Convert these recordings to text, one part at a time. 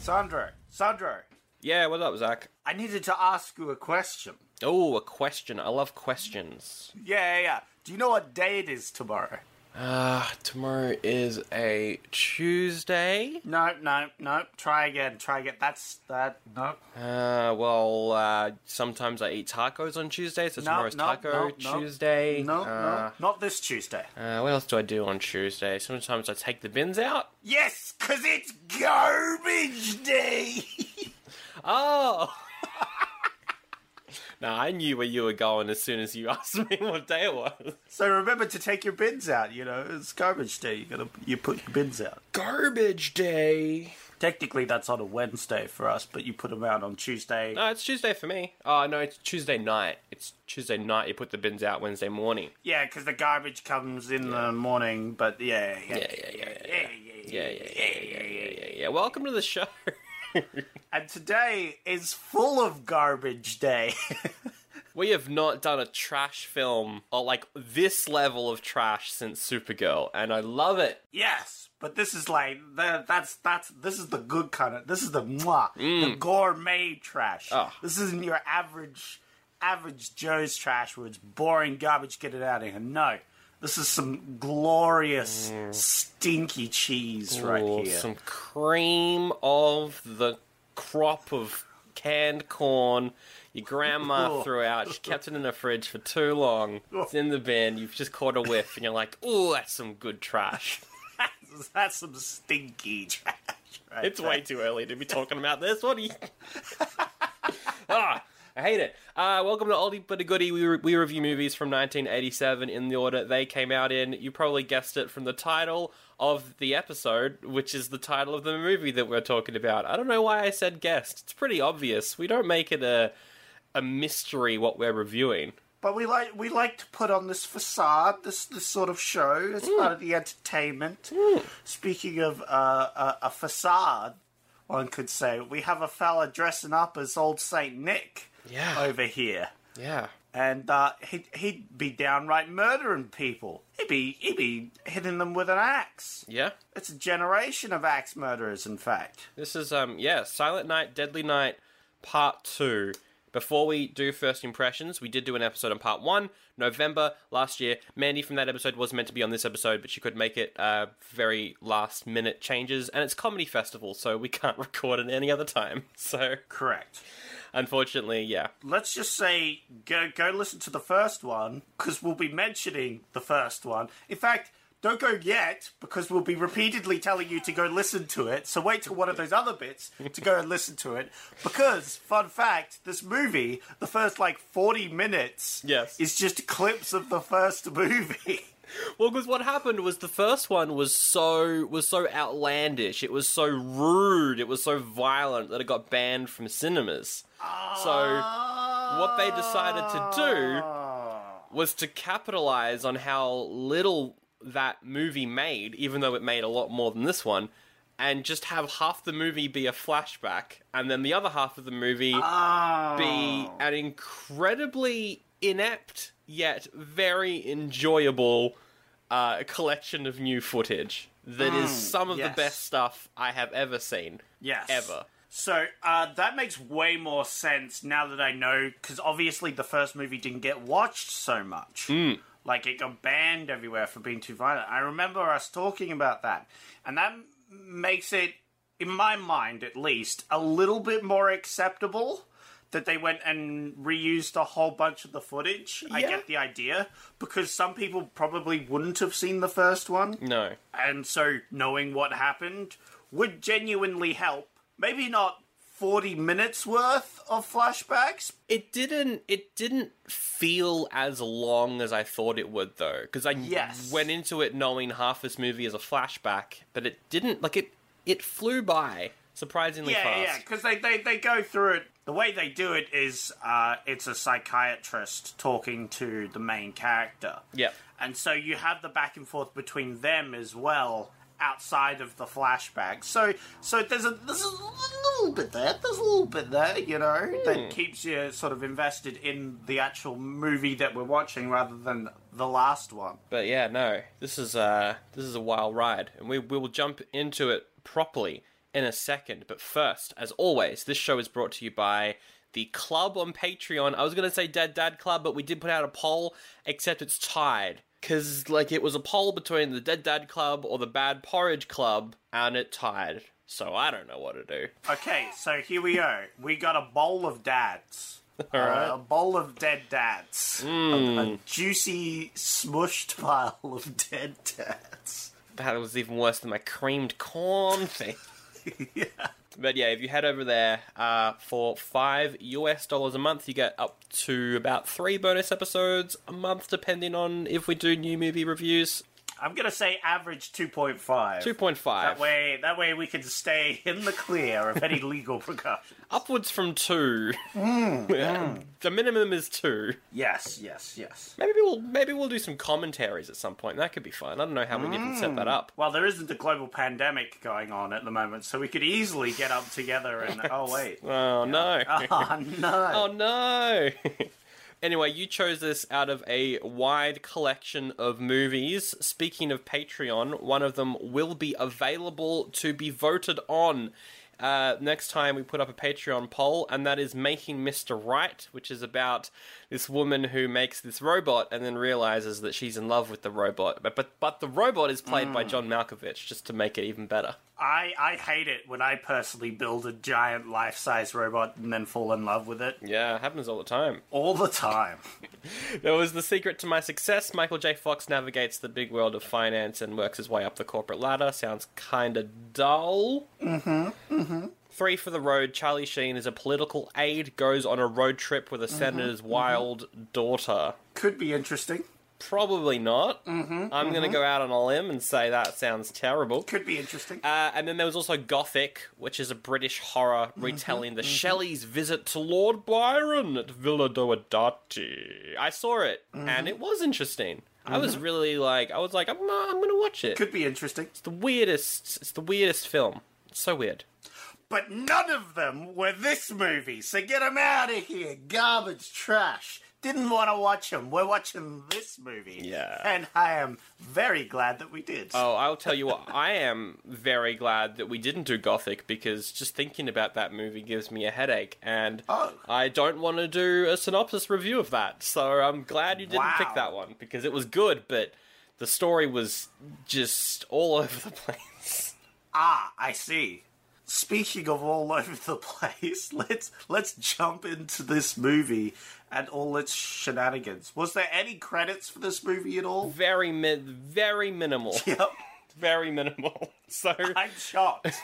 Sandro, Sandro, Yeah, what up, Zach? I needed to ask you a question. Oh, a question. I love questions. Yeah, yeah, yeah. Do you know what day it is tomorrow? Ah, tomorrow is a Tuesday. No, no, no. Try again. Try again. That's that. No, Uh, well, uh, sometimes I eat tacos on Tuesday, so no, tomorrow's no, Taco no, no. Tuesday. No, uh, no, not this Tuesday. Uh, what else do I do on Tuesday? Sometimes I take the bins out. Yes, because it's garbage day. Oh! now, I knew where you were going as soon as you asked me what day it was. so remember to take your bins out. You know, it's garbage day. You gotta you put your bins out. Garbage day. Technically, that's on a Wednesday for us, but you put them out on Tuesday. No, it's Tuesday for me. Oh, no, it's Tuesday night. It's Tuesday night. You put the bins out Wednesday morning. Yeah, because the garbage comes in the morning. But yeah, yeah, yeah, yeah, yeah, yeah, yeah, yeah, yeah, yeah, yeah, yeah. Welcome to the show. And today is full of garbage day. we have not done a trash film or like this level of trash since Supergirl, and I love it. Yes, but this is like the, that's that's this is the good kind of this is the mwah, the Mm. gourmet trash. Ah. This isn't your average average Joe's trash where it's boring garbage. Get it out of here. No, this is some glorious stinky cheese right Mm. Ooh, here. Some cream of the crop of canned corn your grandma threw out. She kept it in the fridge for too long. It's in the bin. You've just caught a whiff, and you're like, "Ooh, that's some good trash." That's some stinky trash. Right It's there. way too early to be talking about this. What are you? ah, I hate it. Uh, welcome to Oldie But a Goodie. We, re- we review movies from 1987 in the order they came out in. You probably guessed it from the title of the episode, which is the title of the movie that we're talking about. I don't know why I said guessed. It's pretty obvious. We don't make it a a mystery what we're reviewing. But we like we like to put on this facade, this this sort of show as part of the entertainment. Speaking of uh, a, a facade, one could say we have a fella dressing up as old Saint Nick Yeah. over here, Yeah. and uh, he'd he'd be downright murdering people. He'd be he'd be hitting them with an axe. Yeah. It's a generation of axe murderers, in fact. This is um yeah, Silent Night, Deadly Night, part two. Before we do first impressions, we did do an episode on part one, November last year. Mandy from that episode was meant to be on this episode, but she could make it uh, very last minute changes, and it's comedy festival, so we can't record it any other time. So Correct. unfortunately, yeah, let's just say go go listen to the first one because we'll be mentioning the first one. In fact, don't go yet because we'll be repeatedly telling you to go listen to it. So wait till one of those other bits to go and listen to it because fun fact, this movie, the first like 40 minutes Yes. is just clips of the first movie. Well, because what happened was the first one was so was so outlandish, it was so rude, it was so violent that it got banned from cinemas. So what they decided Ah. to do was to capitalize on how little that movie made, even though it made a lot more than this one, and just have half the movie be a flashback, and then the other half of the movie Ah. be an incredibly inept yet very enjoyable uh, collection of new footage that is some of yes. the best stuff I have ever seen. Yes. Ever. So uh, that makes way more sense now that I know, because obviously the first movie didn't get watched so much. Hmm. Like it got banned everywhere for being too violent. I remember us talking about that, and that m- makes it, in my mind at least, a little bit more acceptable that they went and reused a whole bunch of the footage. I Yeah. get the idea because some people probably wouldn't have seen the first one No. and so knowing what happened would genuinely help. Maybe not 40 minutes worth of flashbacks. It didn't. It didn't feel as long as I thought it would, though, because I Yes. went into it knowing half this movie is a flashback, but it didn't. Like it, it flew by surprisingly Yeah, fast. yeah, because they, they, they go through it. The way they do it is uh, it's a psychiatrist talking to the main character. Yep. And so you have the back and forth between them as well outside of the flashback. So so there's a there's a little bit there. There's a little bit there, you know, Hmm. that keeps you sort of invested in the actual movie that we're watching rather than the last one. But yeah, no, this is uh this is a wild ride, and we we will jump into it properly in a second. But first, as always, this show is brought to you by the club on Patreon. I was gonna say Dad Dad Club, but we did put out a poll, except it's tied. Cause like it was a poll between the Dead Dad Club or the Bad Porridge Club, and it tied. So I don't know what to do. Okay, so here we go. We got a bowl of dads. Uh, a bowl of dead dads. Hmm. A, a juicy, smushed pile of dead dads. That was even worse than my creamed corn thing. But yeah, if you head over there uh, for five US dollars a month, you get up to about three bonus episodes a month, depending on if we do new movie reviews. I'm gonna say average 2.5. Two point That five, way, that way we can stay in the clear of any legal precautions. upwards from two. Mm, Yeah. The minimum is two. Yes, yes, yes. Maybe we'll maybe we'll do some commentaries at some point. That could be fun. I don't know how we even set that up. Well, there isn't a global pandemic going on at the moment, so we could easily get up together and oh wait, Oh no. oh no. Oh no! anyway, you chose this out of a wide collection of movies. Speaking of Patreon, one of them will be available to be voted on. Uh, next time we put up a Patreon poll, and that is Making Mr. Right, which is about this woman who makes this robot and then realizes that she's in love with the robot. But but, but the robot is played by John Malkovich, just to make it even better. I, I hate it when I personally build a giant life size robot and then fall in love with it Yeah, it happens all the time. all the time. There was the secret to my success. Michael J. Fox navigates the big world of finance and works his way up the corporate ladder. Sounds kinda dull. Mm-hmm. Mm-hmm. Three for the road. Charlie Sheen is a political aide, goes on a road trip with a senator's wild daughter. Could be interesting. Probably not. Mm-hmm, I'm gonna go out on a limb and say that sounds terrible. Could be interesting. Uh, and then there was also Gothic, which is a British horror retelling the Shelley's visit to Lord Byron at Villa Diodati. I saw it, and it was interesting. I was really like, I was like, I'm, I'm going to watch it. Could be interesting. It's the weirdest. It's the weirdest film. It's so weird. But none of them were this movie, so get them out of here. Garbage, trash. Didn't want to watch them. We're watching this movie. Yeah. And I am very glad that we did. Oh, I'll tell you what. I am very glad that we didn't do Gothic because just thinking about that movie gives me a headache, and Oh. I don't want to do a synopsis review of that. So I'm glad you didn't Wow. pick that one because it was good, but the story was just all over the place. Ah, I see. Speaking of all over the place, let's let's jump into this movie and all its shenanigans. Was there any credits for this movie at all? Very mi- very minimal, Yep. very minimal. So I'm shocked.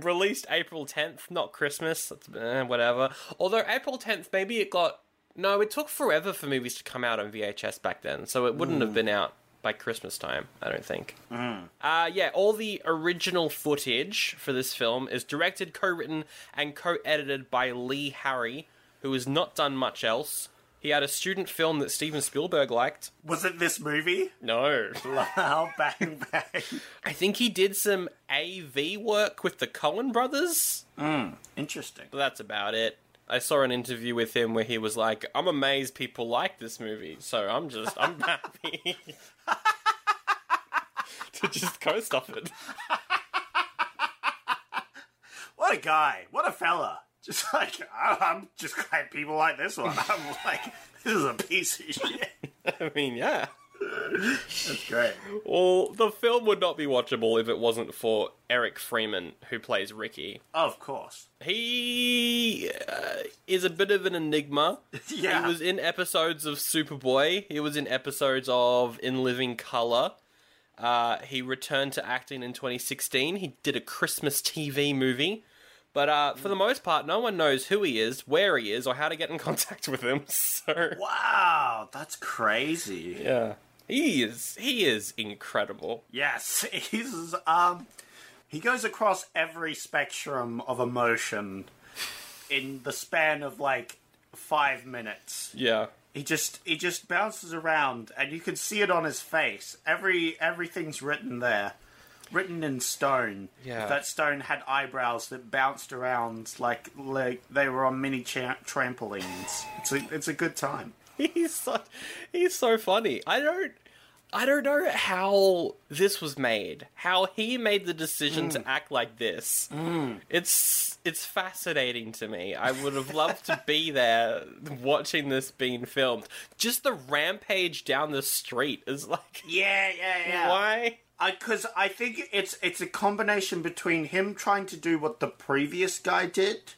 released April 10th, not Christmas, that's, eh, whatever. Although April 10th, maybe it got. No, it took forever for movies to come out on VHS back then, so it wouldn't have been out by Christmas time, I don't think. Uh, yeah, all the original footage for this film is directed, co written, and co edited by Lee Harry, who has not done much else. He had a student film that Steven Spielberg liked. Was it this movie? No. Wow, bang bang. I think he did some AV work with the Coen brothers. Interesting. But that's about it. I saw an interview with him where he was like, "I'm amazed people like this movie, so I'm just I'm happy to just coast off it." What a guy. What a fella. Just like I- I'm just glad people like this one. I'm like, this is a piece of shit. I mean, yeah. That's great. Well, the film would not be watchable if it wasn't for Eric Freeman, who plays Ricky. Of course. He uh, is a bit of an enigma. Yeah. He was in episodes of Superboy. He was in episodes of In Living Color. Uh, he returned to acting in 2016. He did a Christmas TV movie, But uh, for the most part, no one knows who he is, where he is, or how to get in contact with him. So Wow, that's crazy. yeah, he is he is incredible. Yes, he's um he goes across every spectrum of emotion in the span of like 5 minutes. Yeah, He just he just bounces around and you can see it on his face. Every everything's written there. Written in stone. Yeah. If that stone had eyebrows that bounced around like like they were on mini cha- trampolines. It's a, it's a good time. he's so, he's so funny. I don't I don't know how this was made. How he made the decision to act like this. It's it's fascinating to me. I would have loved to be there watching this being filmed. Just the rampage down the street is like Yeah, yeah, yeah. why? because I think it's it's a combination between him trying to do what the previous guy did,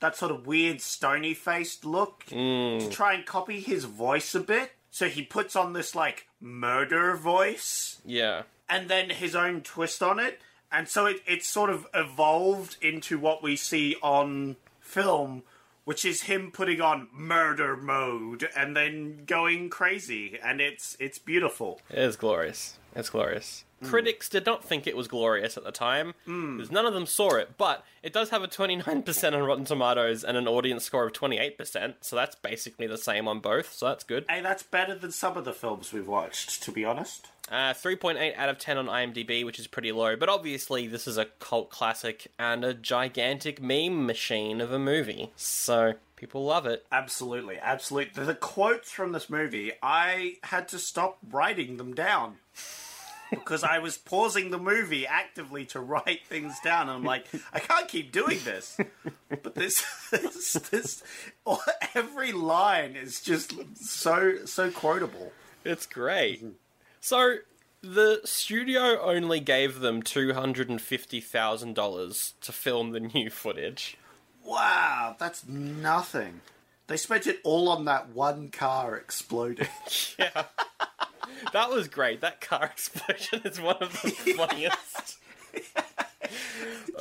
that sort of weird stony faced look, to try and copy his voice a bit. So he puts on this like murder voice, Yeah. and then his own twist on it, and so it it's sort of evolved into what we see on film. Which is him putting on murder mode and then going crazy, and it's it's beautiful. It is glorious. It's glorious. Critics did not think it was glorious at the time, because none of them saw it. But it does have a 29% on Rotten Tomatoes and an audience score of 28%, so that's basically the same on both, so that's good. Hey, that's better than some of the films we've watched, to be honest. Uh, 3.8 out of 10 on IMDb, which is pretty low, but obviously this is a cult classic and a gigantic meme machine of a movie, so people love it. Absolutely, absolutely. The quotes from this movie, I had to stop writing them down because I was pausing the movie actively to write things down. I'm like, I can't keep doing this. But this, this, this, every line is just so, so quotable. It's great. So the studio only gave them two hundred and fifty thousand dollars to film the new footage. Wow, that's nothing. They spent it all on that one car exploding. That was great. That car explosion is one of the funniest.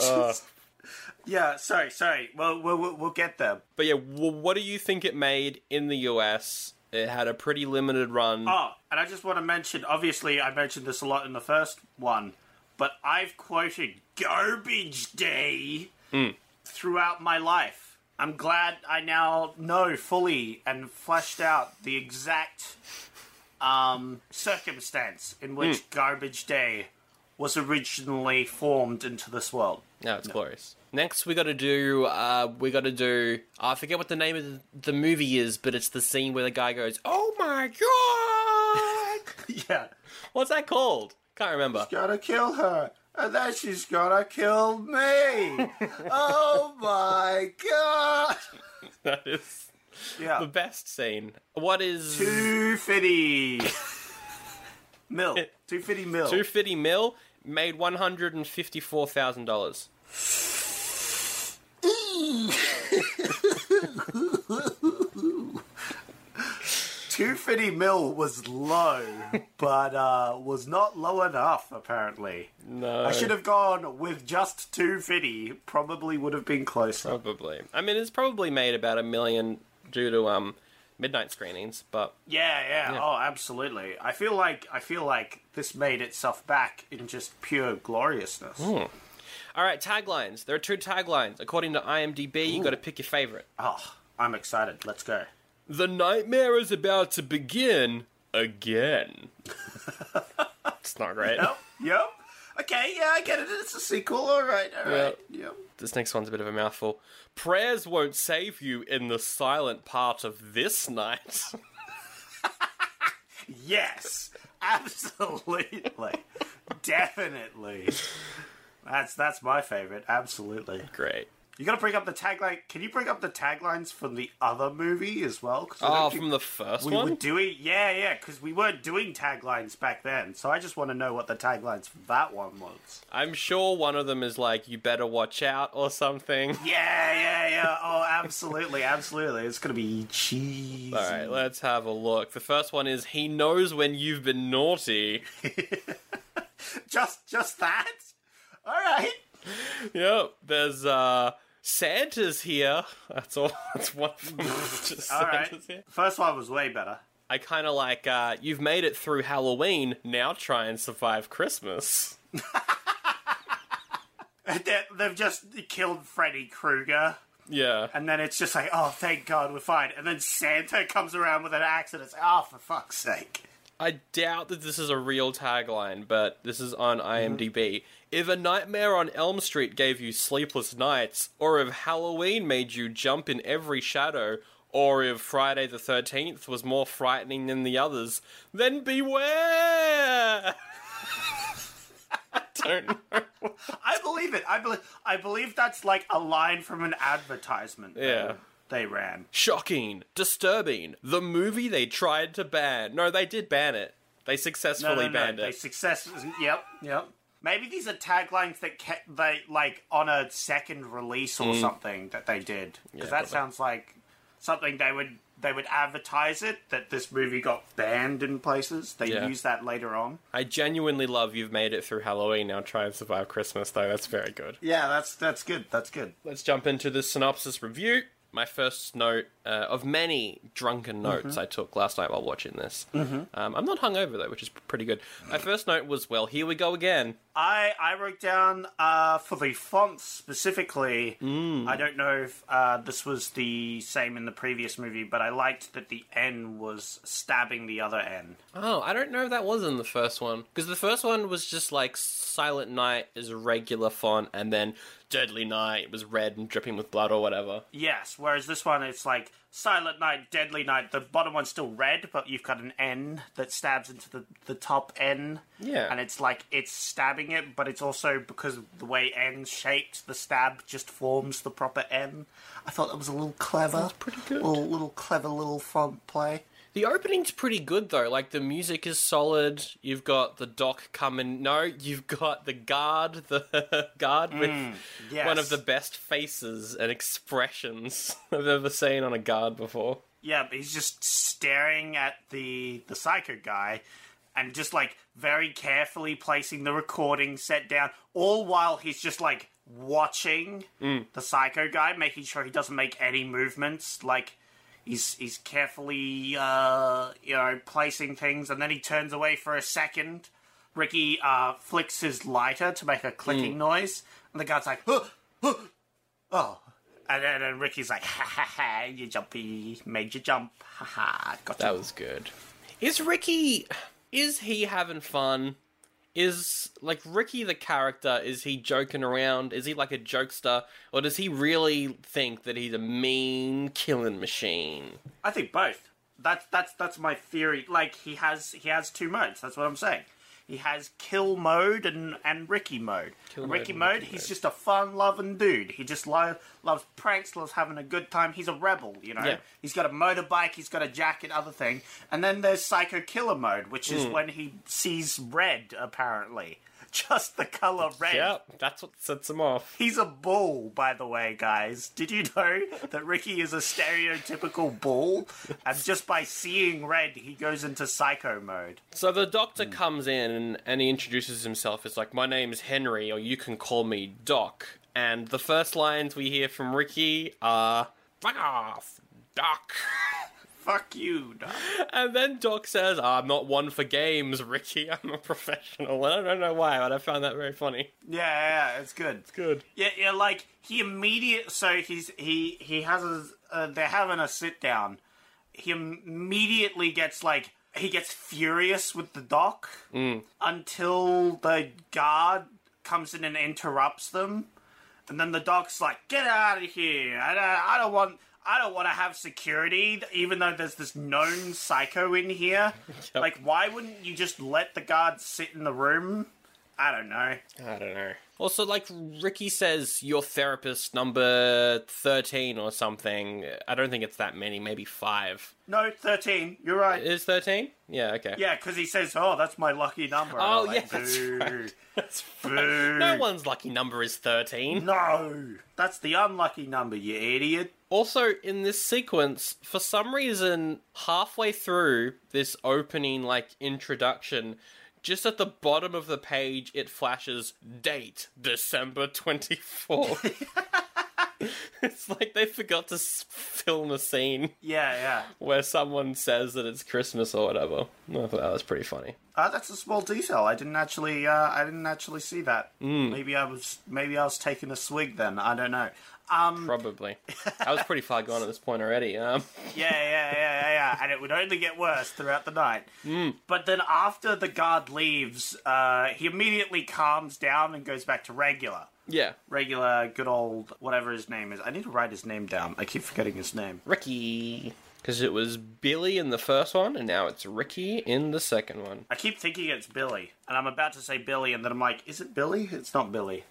yeah, sorry, sorry. Well, we'll, we'll- we'll get there. But yeah, w what do you think it made in the US? It had a pretty limited run. Oh, and I just want to mention obviously, I mentioned this a lot in the first one, but I've quoted Garbage Day throughout my life. I'm glad I now know fully and fleshed out the exact um, circumstance in which Garbage Day was originally formed into this world. No, it's glorious. Next, we got to do. Uh, we got to do. I forget what the name of the, the movie is, but it's the scene where the guy goes, "Oh my god!" yeah. What's that called? Can't remember. Gotta kill her. And then she's gonna kill me. oh my god. That is Yeah. the best scene. What is Two fifty mil. Two fifty mil. two fifty mil made one hundred and fifty four thousand dollars? Two fifty mil was low, but uh, was not low enough apparently. No, I should have gone with just two fifty. Probably would have been closer. probably. I mean, it's probably made about a million due to um midnight screenings, but Yeah, yeah, Oh, absolutely. I feel like I feel like this made itself back in just pure gloriousness. Hmm. all right. Taglines. There are two taglines according to IMDb. You got to pick your favorite. Oh, I'm excited. Let's go. The nightmare is about to begin again. it's not great. Yep. Yep. Okay. Yeah, I get it. It's a sequel. All right. All right. Yep. This next one's a bit of a mouthful. Prayers won't save you in the silent part of this night. Yes, absolutely, definitely. That's that's my favorite. Absolutely. Great. You gotta bring up the tagline. Can you bring up the taglines from the other movie as well? 'Cause I don't Oh, think from the first we were one? doing yeah, yeah. Because we weren't doing taglines back then, so I just want to know what the taglines for that one was. I'm sure one of them is like, you better watch out or something. Yeah, yeah, yeah. Oh, absolutely, absolutely. It's gonna be cheese. All right, let's have a look. The first one is, he knows when you've been naughty. Just, just that. All right. yep. There's, uh, Santa's here. That's all. That's one. of them. Just All right. Santa's here. First one was way better. I kind of like uh, you've made it through Halloween. Now try and survive Christmas. They- They've just killed Freddy Krueger. Yeah. And then it's just like, oh, thank God, we're fine. And then Santa comes around with an axe, and it's, oh, for fuck's sake. I doubt that this is a real tagline, but this is on IMDb. If a nightmare on Elm Street gave you sleepless nights, or if Halloween made you jump in every shadow, or if Friday the 13th was more frightening than the others, then beware! I don't know. I believe it. I believe. I believe that's like a line from an advertisement. that Yeah. They ran. Shocking, disturbing, the movie they tried to ban. No, they did ban it. They No, successfully no, no. banned They it. success. Yep. Yep. Maybe these are taglines that kept they like on a second release or something that they did because that Mm. probably. sounds like something they would they would advertise it that this movie got banned in places. They Yeah. use that later on. I genuinely love you've made it through Halloween. Now try and survive Christmas, though. That's very good. Yeah, that's that's good. That's good. Let's jump into the synopsis review. My first note uh, of many drunken notes I took last night while watching this. Um, I'm not hungover though, which is pretty good. My first note was, "Well, here we go again." I, I wrote down uh, for the fonts specifically. I don't know if uh, this was the same in the previous movie, but I liked that the N was stabbing the other N. Oh, I don't know if that was in the first one because the first one was just like Silent Night is a regular font, and then Deadly Night was red and dripping with blood or whatever. Yes, whereas this one it's like Silent Night, Deadly Night. The bottom one's still red, but you've got an N that stabs into the, the top N. Yeah. And it's like it's stabbing it, but it's also because of the way N's shaped, the stab just forms the proper N. I thought that was a little clever. That's pretty good. Little, little clever little font play. The opening's pretty good though. Like the music is solid. You've got the doc coming. No, you've got the guard, the guard with yes. one of the best faces and expressions I've ever seen on a guard before. Yeah, but he's just staring at the the psycho guy and just like very carefully placing the recording set down all while he's just like watching the psycho guy making sure he doesn't make any movements like he's he's carefully uh you know placing things and then he turns away for a second ricky uh flicks his lighter to make a clicking noise and the guy's like huh, huh, oh and then and Ricky's like, ha ha ha, you jumpy, made you jump, ha ha, got That you. was good. Is Ricky? Is he having fun? Is like Ricky the character? Is he joking around? Is he like a jokester, or does he really think that he's a mean killing machine? I think both. That's that's that's my theory. Like he has he has two modes. That's what I'm saying. He has kill mode and and Ricky mode. Kill And mode Ricky and mode, Ricky he's mode. just a fun loving dude. He just lo- loves pranks, loves having a good time. He's a rebel, you know. Yeah. He's got a motorbike, he's got a jacket, other thing. And then there's psycho killer mode, which is Hmm. when he sees red. Apparently, just the color red. Yep, that's what sets him off. He's a bull, by the way, guys. Did you know that Ricky is a stereotypical bull? And just by seeing red, he goes into psycho mode. So the Hmm. doctor comes in and, and he introduces himself as like, "My name's Henry, or you can call me Doc." And the first lines we hear from Ricky are "Fuck off, Doc." Fuck you, dog. And then Doc says, "Ah, "I'm not one for games, Ricky. I'm a professional." And I don't know why, but I found that very funny. Yeah, yeah, yeah, it's good. Good. Yeah, yeah, like he immediate. So he's he he has a. Uh, they're having a sit down. He immediately gets like he gets furious with the doc until the guard comes in and interrupts them, and then the doc's like, "Get out of here! I don't, I don't want." I don't want to have security, even though there's this known psycho in here. Like, why wouldn't you just let the guard sit in the room? I don't know. I don't know. Also, like Ricky says, your therapist number thirteen or something. I don't think it's that many. Maybe five. No, 13. You're right. Is thirteen? Yeah. Okay. Yeah, because he says, "Oh, that's my lucky number." And Oh, I'm like, yeah, that's "Boo, right. That's boo." No one's lucky number is 13. No, that's the unlucky number, you idiot. Also, in this sequence, for some reason, halfway through this opening, like, introduction, just at the bottom of the page, it flashes date December 24th. it's like they forgot to s- film a scene Yeah, yeah. where someone says that it's Christmas or whatever. I thought that was pretty funny. Uh, that's a small detail. I didn't actually, uh, I didn't actually see that. Mm. Maybe I was, maybe I was taking a swig then. I don't know. Um, Probably. I was pretty far gone at this point already. Um, yeah, yeah, yeah, yeah, yeah. And it would only get worse throughout the night. Mm. But then after the guard leaves, uh, he immediately calms down and goes back to regular, yeah. regular, good old whatever his name is. I need to write his name down. I keep forgetting his name. Ricky. Because it was Billy in the first one, and now it's Ricky in the second one. I keep thinking it's Billy, and I'm about to say Billy, and then I'm like, is it Billy? It's not Billy.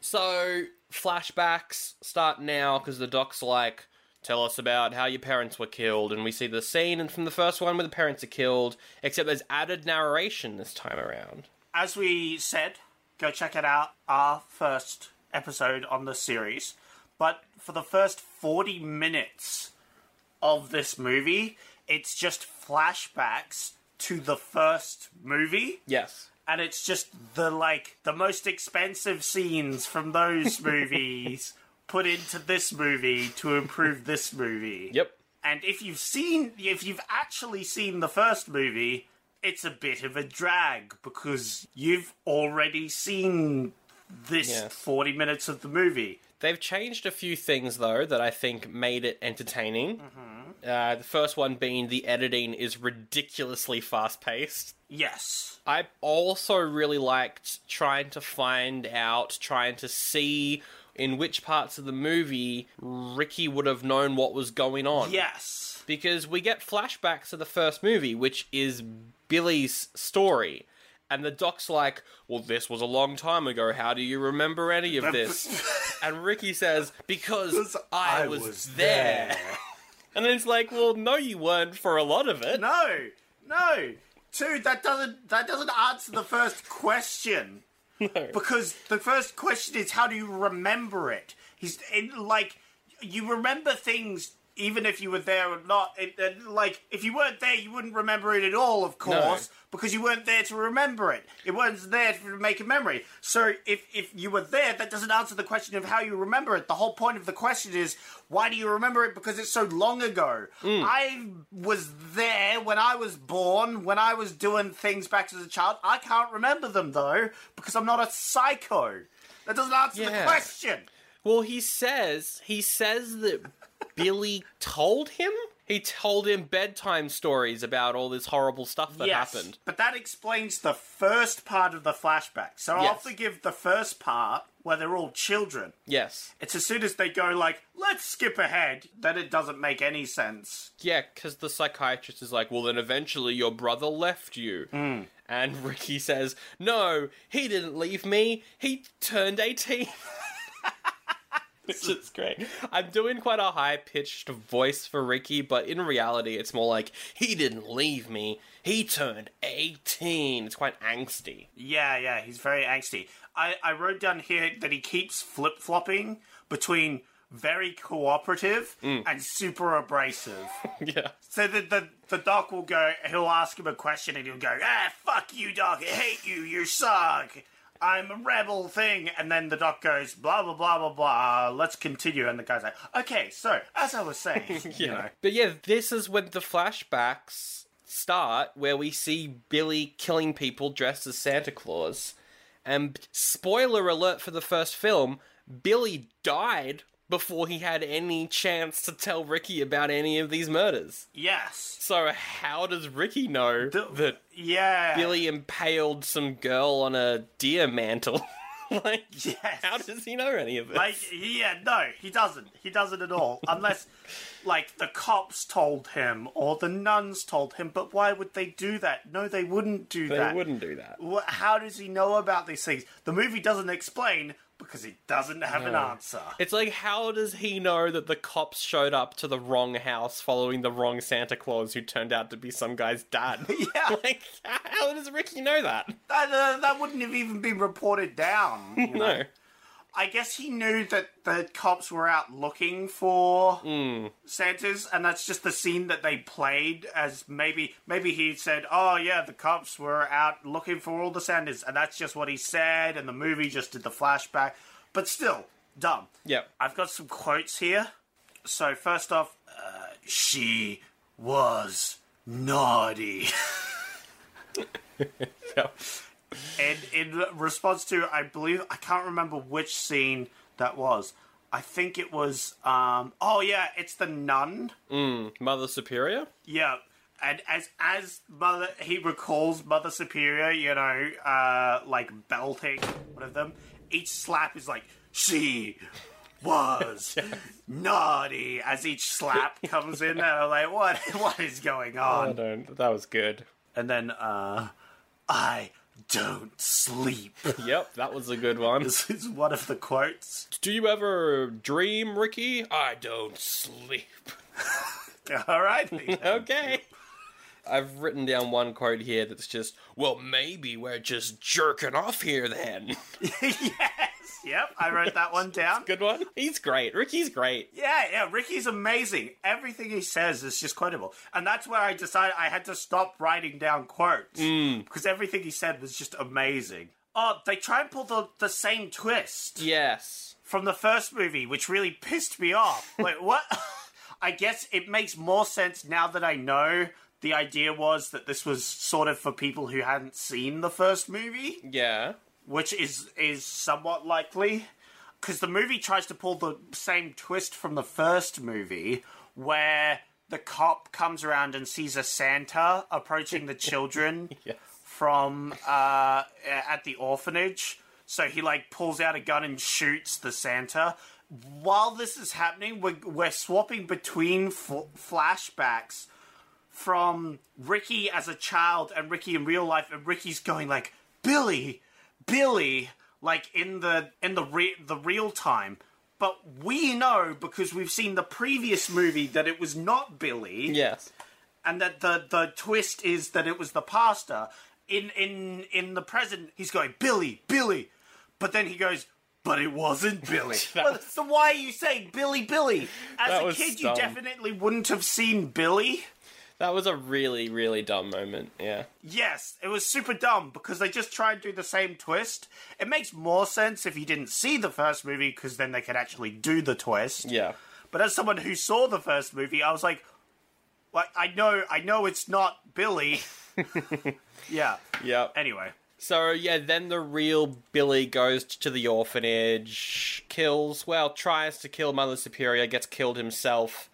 So, flashbacks start now because the doc's like, tell us about how your parents were killed. And we see the scene and from the first one where the parents are killed, except there's added narration this time around. as we said, go check it out, our first episode on the series. But for the first 40 minutes of this movie, it's just flashbacks to the first movie. Yes. And it's just the like the most expensive scenes from those movies put into this movie to improve this movie. Yep. And if you've seen, if you've actually seen the first movie, it's a bit of a drag because you've already seen this Yes. 40 minutes of the movie. They've changed a few things though that I think made it entertaining. Uh, the first one being the editing is ridiculously fast paced. Yes. I also really liked trying to find out, trying to see in which parts of the movie Ricky would have known what was going on. Yes. Because we get flashbacks of the first movie, which is Billy's story. And the doc's like, Well, this was a long time ago. How do you remember any of this? and Ricky says, Because I, was, there. And then it's like, Well, no, you weren't for a lot of it. No. No. Dude, that doesn't that doesn't answer the first question. Because the first question is how do you remember it? He's in like you remember things even if you were there or not. It, it- like if you weren't there, you wouldn't remember it at all, of course, because you weren't there to remember it. It wasn't there to make a memory. So if if you were there, that doesn't answer the question of how you remember it. The whole point of the question is why do you remember it? Because it's so long ago. Hmm. I was there when I was born, when I was doing things back as a child. I can't remember them though because I'm not a psycho. That doesn't answer the Yeah. question. Well, he says he says that Billy told him. He told him bedtime stories about all this horrible stuff that happened. But that explains the first part of the flashback. So I'll Yes. forgive the first part where they're all children. Yes. It's as soon as they go like, let's skip ahead, that it doesn't make any sense. Yeah, because the psychiatrist is like, well, then eventually your brother left you. And Ricky says, no, he didn't leave me. He turned 18. Which is great. I'm doing quite a high pitched voice for Ricky, but in reality, it's more like, he didn't leave me. He turned 18. It's quite angsty. Yeah, yeah, he's very angsty. I, I wrote down here that he keeps flip flopping between very cooperative and super abrasive. Mm. yeah. So the, the the doc will go. He'll ask him a question, and he'll go, "Ah, fuck you, doc. I hate you. You suck. I'm a rebel thing." And then the doc goes, "Blah blah blah blah blah. Let's continue." And the guy's like, "Okay, so as I was saying, you know, But yeah, this is when the flashbacks start, where we see Billy killing people dressed as Santa Claus. And spoiler alert for the first film, Billy died before he had any chance to tell Ricky about any of these murders. yes, So how does Ricky know that yeah, Billy impaled some girl on a deer mantle? like, Yes. how does he know any of it? Like, yeah, no, he doesn't. He doesn't at all. Unless, like, the cops told him or the nuns told him. But why would they do that? No, they wouldn't do they that. wouldn't do that. Wha how does he know about these things? The movie doesn't explain because it doesn't have an answer. It's like, how does he know that the cops showed up to the wrong house following the wrong Santa Claus who turned out to be some guy's dad? Yeah. like, how does Ricky know that? That, uh, that wouldn't have even been reported down. you know? No. I guess he knew that the cops were out looking for Santas, and that's just the scene that they played. As maybe, maybe he said, "Oh yeah, the cops were out looking for all the Santas," and that's just what he said. And the movie just did the flashback, but still, dumb. Yep. I've got some quotes here. So first off, uh, she was naughty. And in response to, I believe, I can't remember which scene that was. I think it was, um, oh yeah, it's the nun. Mother Superior? Yeah. And as as mother, he recalls Mother Superior, you know, uh, like belting one of them. Each slap is like she was naughty. As each slap comes in, and I'm like, what what is going on? don't. That was good. And then uh, I don't sleep. Yep, that was a good one. This is one of the quotes. Do you ever dream, Ricky? I don't sleep. All right. Peter. Okay. I've written down one quote here that's just, well, maybe we're just jerking off here then. yep, I wrote that one down. Good one. He's great. Ricky's great. Yeah, yeah, Ricky's amazing. Everything he says is just quotable. And that's where I decided I had to stop writing down quotes because everything he said was just amazing. Oh, they try and pull the, the same twist Yes. from the first movie, which really pissed me off. Wait, what? I guess it makes more sense now that I know the idea was that this was sort of for people who hadn't seen the first movie Yeah. which is is somewhat likely because the movie tries to pull the same twist from the first movie where the cop comes around and sees a santa approaching the children from uh, at the orphanage so he like pulls out a gun and shoots the santa while this is happening we're, we're swapping between f- flashbacks from Ricky as a child and Ricky in real life, and Ricky's going like Billy, Billy, like in the in the re- the real time. But we know because we've seen the previous movie that it was not Billy, Yes. and that the the twist is that it was the pastor. In in in the present, he's going Billy, Billy, but then he goes. But it wasn't Billy. Well, so why are you saying Billy, Billy? As That a was kid, you dumb. definitely wouldn't have seen Billy. That was a really, really dumb moment. Yeah. Yes, it was super dumb because they just try and do the same twist. It makes more sense if you didn't see the first movie because then they could actually do the twist. Yeah. But as someone who saw the first movie, I was like, like I know, I know it's not Billy. yeah. Yeah. Anyway, So yeah, then the real Billy goes to the orphanage, kills, well, tries to kill Mother Superior, gets killed himself,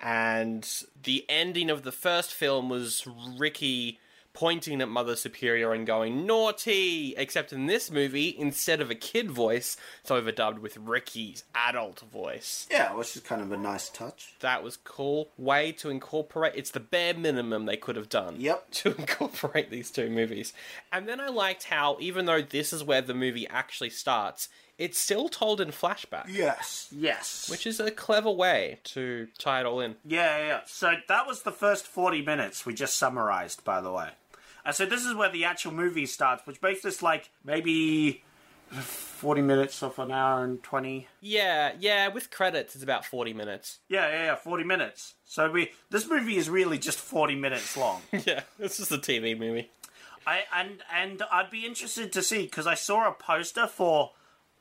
and the ending of the first film was Ricky pointing at Mother Superior and going naughty. Except in this movie, instead of a kid voice, it's overdubbed with Ricky's adult voice. yeah, which is kind of a nice touch. That was cool. Way to incorporate. It's the bare minimum they could have done. Yep. To incorporate these two movies. And then I liked how, even though this is where the movie actually starts, it's still told in flashback. Yes. Yes. Which is a clever way to tie it all in. Yeah, yeah, yeah. So that was the first 40 minutes we just summarized, by the way. And so this is where the actual movie starts, which makes this like maybe 40 minutes off an hour and 20. Yeah, yeah, with credits, it's about 40 minutes. Yeah, yeah, yeah, 40 minutes. So we this movie is really just 40 minutes long. Yeah, it's just a TV movie. I and and I'd be interested to see cuz I saw a poster for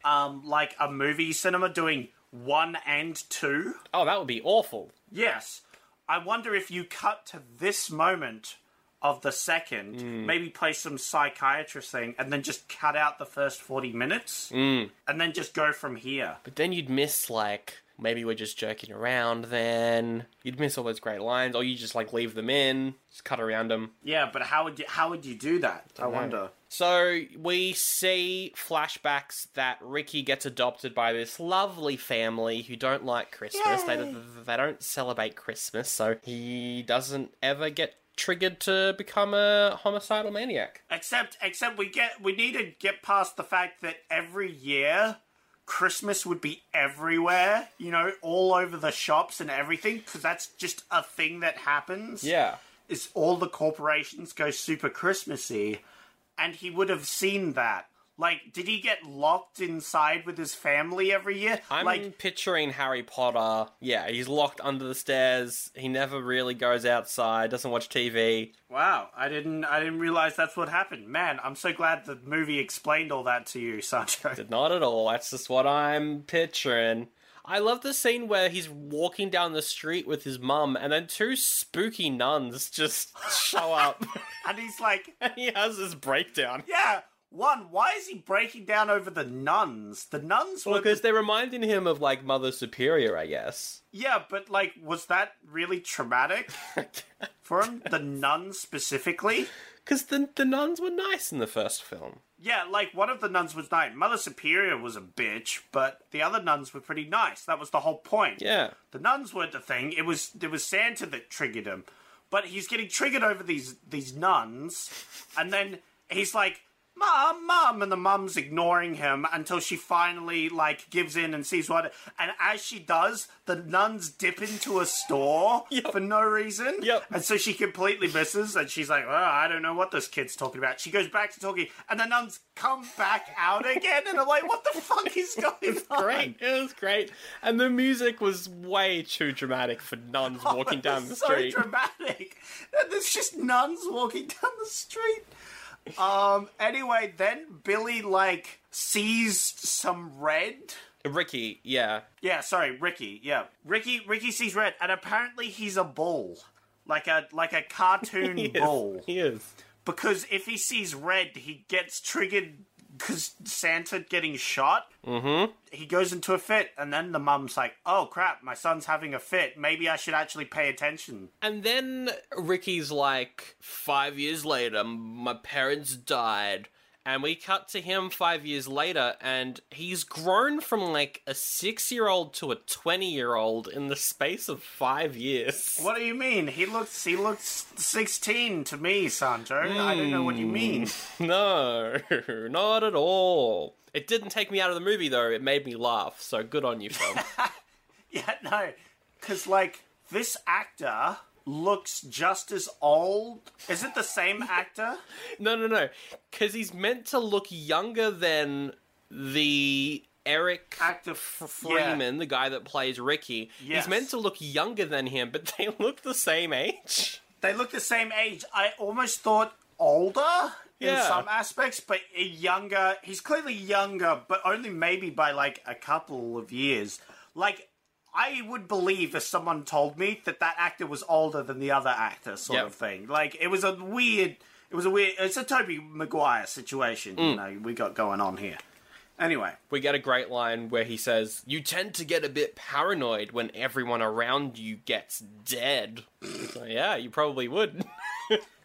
um like a movie cinema doing 1 and 2. Oh, that would be awful. Yes. I wonder if you cut to this moment of the second, maybe play some psychiatrist thing, and then just cut out the first 40 minutes, and then just go from here. But then you'd miss, like, maybe we're just joking around then. You'd miss all those great lines, or you just, like, leave them in, just cut around them. Yeah, but how would you, how would you do that? I wonder. So we see flashbacks that Ricky gets adopted by this lovely family who don't like Christmas. They, they don't celebrate Christmas, so he doesn't ever get triggered to become a homicidal maniac. Except except we get we need to get past the fact that every year Christmas would be everywhere, you know, all over the shops and everything, because that's just a thing that happens. Yeah. is all the corporations go super Christmassy, and he would have seen that. Like, did he get locked inside with his family every year? I'm like, picturing Harry Potter. Yeah, he's locked under the stairs. He never really goes outside. Doesn't watch TV. wow, I didn't, I didn't realize that's what happened. Man, I'm so glad the movie explained all that to you, Sancho. Not at all. That's just what I'm picturing. I love the scene where he's walking down the street with his mum, and then two spooky nuns just show up. And he's like, and he has this breakdown. yeah. One, why is he breaking down over the nuns? The nuns were Because they're reminding him of like Mother Superior, I guess. Yeah, but like, was that really traumatic for him? The nuns specifically? Because the, the nuns were nice in the first film. Yeah, like one of the nuns was nice. Mother Superior was a bitch, but the other nuns were pretty nice. That was the whole point. Yeah. The nuns weren't the thing. It was it was Santa that triggered him. But he's getting triggered over these these nuns, and then he's like, "Mom, mom," and the mum's ignoring him until she finally like gives in and sees what. And as she does, the nuns dip into a store Yep. for no reason. Yep. And so she completely misses, and she's like, "Oh, I don't know what this kid's talking about." She goes back to talking, and the nuns come back out again, and I'm like, "What the fuck is going on?" Great. It was great. And the music was way too dramatic for nuns walking down the so street. dramatic. There's just nuns walking down the street. Um. Anyway, then Billy like sees some red. Ricky, yeah. Yeah, sorry, Ricky. Yeah, Ricky. Ricky sees red, and apparently he's a bull, like a like a cartoon He is. bull. He is. Because if he sees red, he gets triggered. Because Santa getting shot, mm-hmm. he goes into a fit, and then the mum's like, "Oh crap, my son's having a fit. Maybe I should actually pay attention." And then Ricky's like, five years later, my parents died. And we cut to him five years later, and he's grown from like a six year old to a 20 year old in the space of five years. What do you mean? He looks he looks sixteen to me, Sancho. I don't know what you mean. Hmm. No, not at all. It didn't take me out of the movie, though. It made me laugh, so good on you, film. Yeah, no, because like this actor looks just as old. Is it the same actor? No, no, no. Because he's meant to look younger than the Eric Actor F- Freeman, the guy that plays Ricky. Yes. He's meant to look younger than him, but they look the same age. They look the same age. I almost thought older in Yeah. some aspects, but younger. He's clearly younger, but only maybe by like a couple of years. Like. I would believe if someone told me that that actor was older than the other actor, sort Yep. of thing. Like it was a weird, it was a weird. It's a Toby Maguire situation, you know, we got going on here. Anyway, We get a great line where he says, You tend to get a bit paranoid when everyone around you gets dead. so, yeah, you probably would.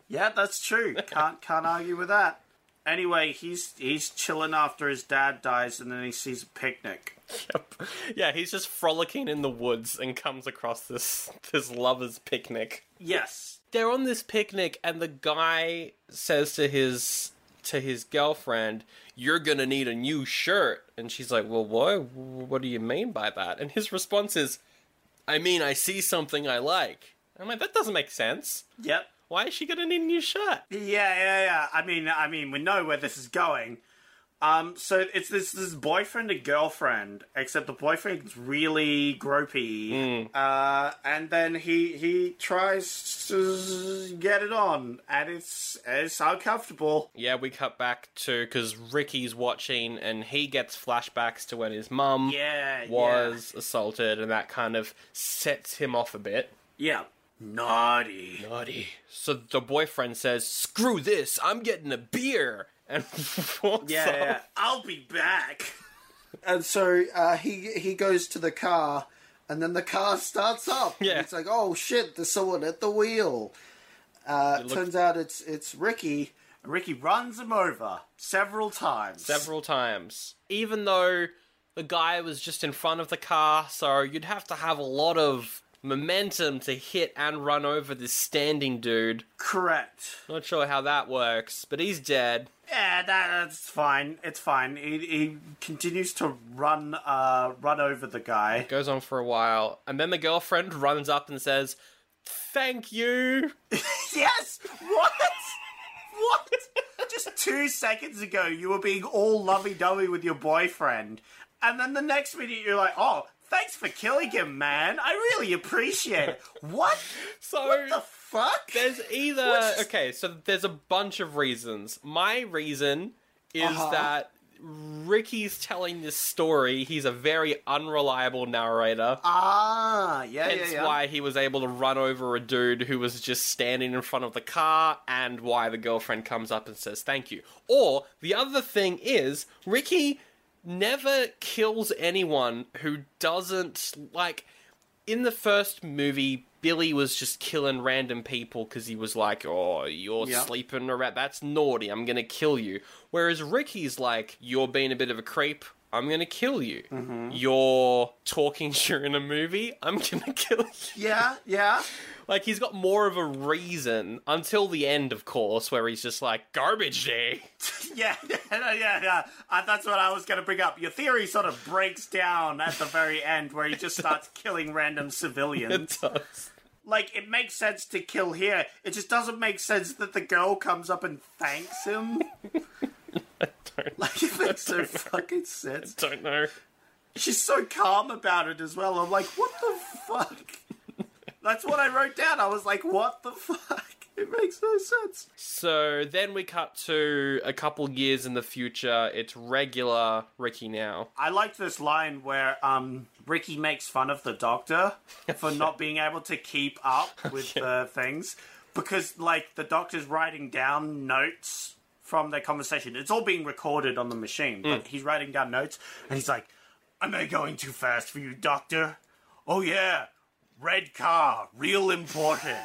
Yeah, that's true. Can't can't argue with that. Anyway, he's he's chilling after his dad dies, and then he sees a picnic. Yep. Yeah, he's just frolicking in the woods and comes across this this lovers picnic. Yes, They're on this picnic and the guy says to his to his girlfriend, "You're going to need a new shirt." And she's like, "Well, what what do you mean by that?" And his response is, "I mean, I see something I like." I'm like, "That doesn't make sense. yep, Why is she going to need a new shirt?" yeah, yeah, yeah. I mean, I mean, we know where this is going. Um, so it's this this boyfriend and girlfriend, except the boyfriend's really gropey, uh, and then he he tries to get it on, and it's it's uncomfortable. Yeah, we cut back to because Ricky's watching and he gets flashbacks to when his mum Yeah, was assaulted, and that kind of sets him off a bit. Yeah, naughty. Buddy. So the boyfriend says, "Screw this! I'm getting a beer." And walks Yeah, off. yeah. I'll be back. And so uh, he he goes to the car, and then the car starts up. Yeah. it's like, oh shit, there's someone at the wheel. Uh, Turns out it's it's Ricky. Ricky runs him over several times. several times. Even though the guy was just in front of the car, so you'd have to have a lot of momentum to hit and run over this standing dude. Correct. Not sure how that works, but he's dead. Yeah, that, that's fine. It's fine. He, he continues to run uh run over the guy. goes on for a while, and then the girlfriend runs up and says, "Thank you." Yes. What? what? just two seconds ago you were being all lovey dovey with your boyfriend, and then the next minute you're like, oh, thanks for killing him, man. I really appreciate it. What? So what the fuck? There's either What's- okay, so there's a bunch of reasons. My reason is Uh-huh. that Ricky's telling this story. He's a very unreliable narrator. Ah, Uh, yeah, yeah, Hence yeah. why he was able to run over a dude who was just standing in front of the car, and why the girlfriend comes up and says thank you. Or the other thing is Ricky never kills anyone who doesn't like. In the first movie, Billy was just killing random people because he was like, "Oh, you're Yeah. sleeping around. That's naughty. I'm gonna kill you." Whereas Ricky's like, "You're being a bit of a creep." I'm gonna kill you. You're talking during a movie. I'm gonna kill you. Yeah, yeah. Like he's got more of a reason until the end, of course, where he's just like garbage day. Yeah, yeah, yeah, yeah. Uh, that's what I was going to bring up. Your theory sort of breaks down at the very end where he just starts killing random civilians. It does. Like, it makes sense to kill here. It just doesn't make sense that the girl comes up and thanks him. Like, it makes no fucking sense. Don't know. She's so calm about it as well. I'm like, what the fuck? That's what I wrote down. I was like, what the fuck? It makes no sense. So then we cut to a couple years in the future. It's regular Ricky now. I liked this line where um, Ricky makes fun of the doctor for not being able to keep up with the things because, like, the doctor's writing down notes from their conversation. It's all being recorded on the machine, but he's writing down notes and he's like, Am I going too fast for you, doctor? Oh, yeah, red car, real important.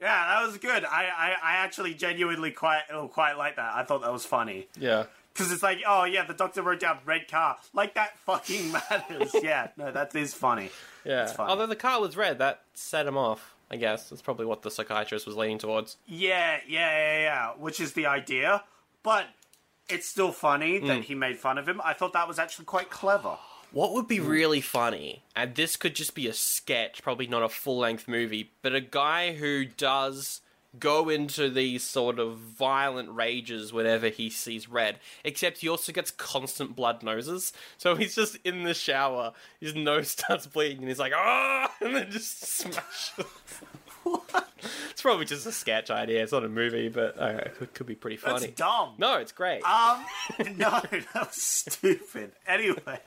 Yeah, that was good. I, I, I actually genuinely quite oh, quite like that. I thought that was funny. Yeah. Because it's like, oh yeah, the doctor wrote down red car. Like that fucking matters. yeah, no, that is funny. Yeah. fine. Although the car was red, that set him off. I guess that's probably what the psychiatrist was leaning towards. Yeah, yeah, yeah, yeah. Which is the idea. But it's still funny that he made fun of him. I thought that was actually quite clever. What would Hmm. be really funny, and this could just be a sketch, probably not a full length movie, but a guy who does go into these sort of violent rages whenever he sees red, except he also gets constant blood noses. So he's just in the shower, his nose starts bleeding, and he's like, ah, and then just smashes. It's probably just a sketch idea, it's not a movie, but uh, it could- could be pretty funny. That's dumb. No, it's great. Um, no, that was stupid. Anyway,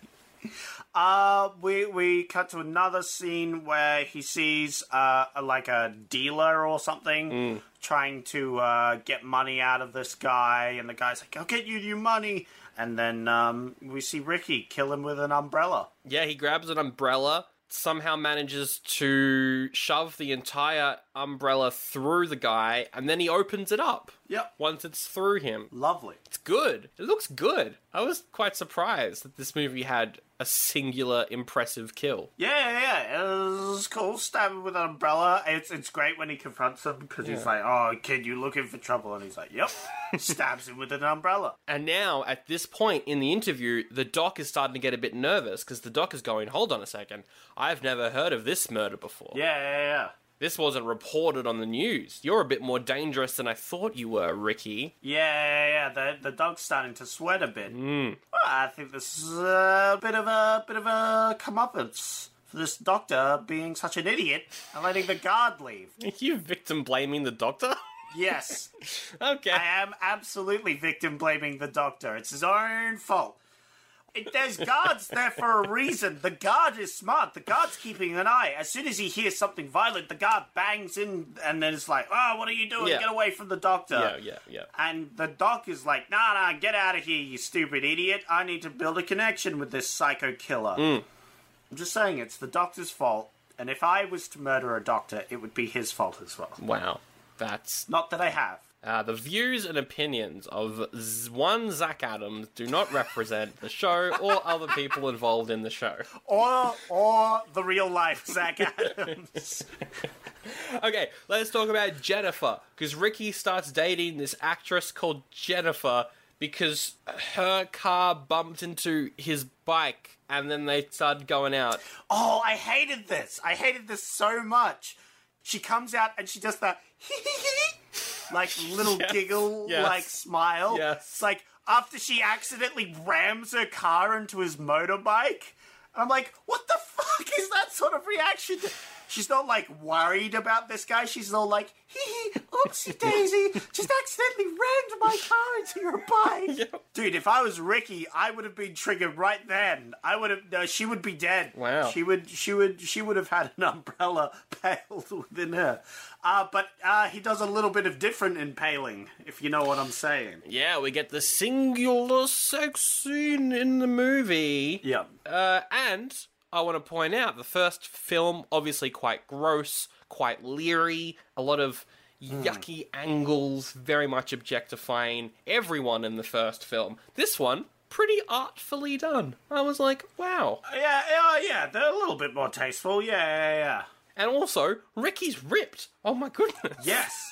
uh, we we cut to another scene where he sees uh a- like a dealer or something trying to uh, get money out of this guy, and the guy's like, "I'll get you your money." And then um, we see Ricky kill him with an umbrella. Yeah, he grabs an umbrella, somehow manages to shove the entire umbrella through the guy, and then he opens it up. Yep. Once it's through him. Lovely. It's good. It looks good. I was quite surprised that this movie had a singular impressive kill. Yeah, yeah, yeah. It was cool. Stab him with an umbrella. It's it's great when he confronts him because he's like, "Oh, kid, you looking for trouble?" And he's like, "Yep." Stabs him with an umbrella. And now, at this point in the interview, the doc is starting to get a bit nervous because the doc is going, hold on a second, I've never heard of this murder before. Yeah, yeah, yeah. This wasn't reported on the news. You're a bit more dangerous than I thought you were, Ricky. Yeah, yeah, yeah. The the dog's starting to sweat a bit. Mm. Well, I think this is a bit of a bit of a comeuppance for this doctor being such an idiot and letting the guard leave. Are you victim blaming the doctor? Yes, okay. I am absolutely victim blaming the doctor. It's his own fault. It, there's guards there for a reason. The guard is smart. The guard's keeping an eye. As soon as he hears something violent, the guard bangs in and then it's like, "Oh, what are you doing? Yeah. Get away from the doctor!" yeah, yeah, yeah. And the doc is like, nah, nah, get out of here, you stupid idiot. I need to build a connection with this psycho killer. Mm. I'm just saying, it's the doctor's fault. And if I was to murder a doctor, it would be his fault as well. Wow. That's Not that I have. uh, the views and opinions of z- one Zach Adams do not represent the show or other people involved in the show. Or, or the real life Zach Adams. Okay, let's talk about Jennifer because Ricky starts dating this actress called Jennifer because her car bumped into his bike and then they started going out. oh, I hated this. I hated this so much. She comes out and she does that. like little Yes, giggle, yes. like smile. Yes. It's like after she accidentally rams her car into his motorbike. I'm like, what the fuck is that sort of reaction? to- She's not like worried about this guy. She's all like, hee hee, oopsie daisy, just accidentally rammed my car into your bike. Dude, if I was Ricky, I would have been triggered right then. I would have, no, she would be dead. Wow. She would, she would, she would have had an umbrella paled within her. Uh, but uh, he does a little bit of different impaling, if you know what I'm saying. Yeah, we get the singular sex scene in the movie. Yeah. Uh, and I want to point out the first film, obviously quite gross, quite leery, a lot of yucky angles, very much objectifying everyone in the first film. This one, pretty artfully done. I was like, wow. Yeah, yeah, yeah, they're a little bit more tasteful. Yeah, yeah, yeah. And also, Ricky's ripped. Oh my goodness. Yes.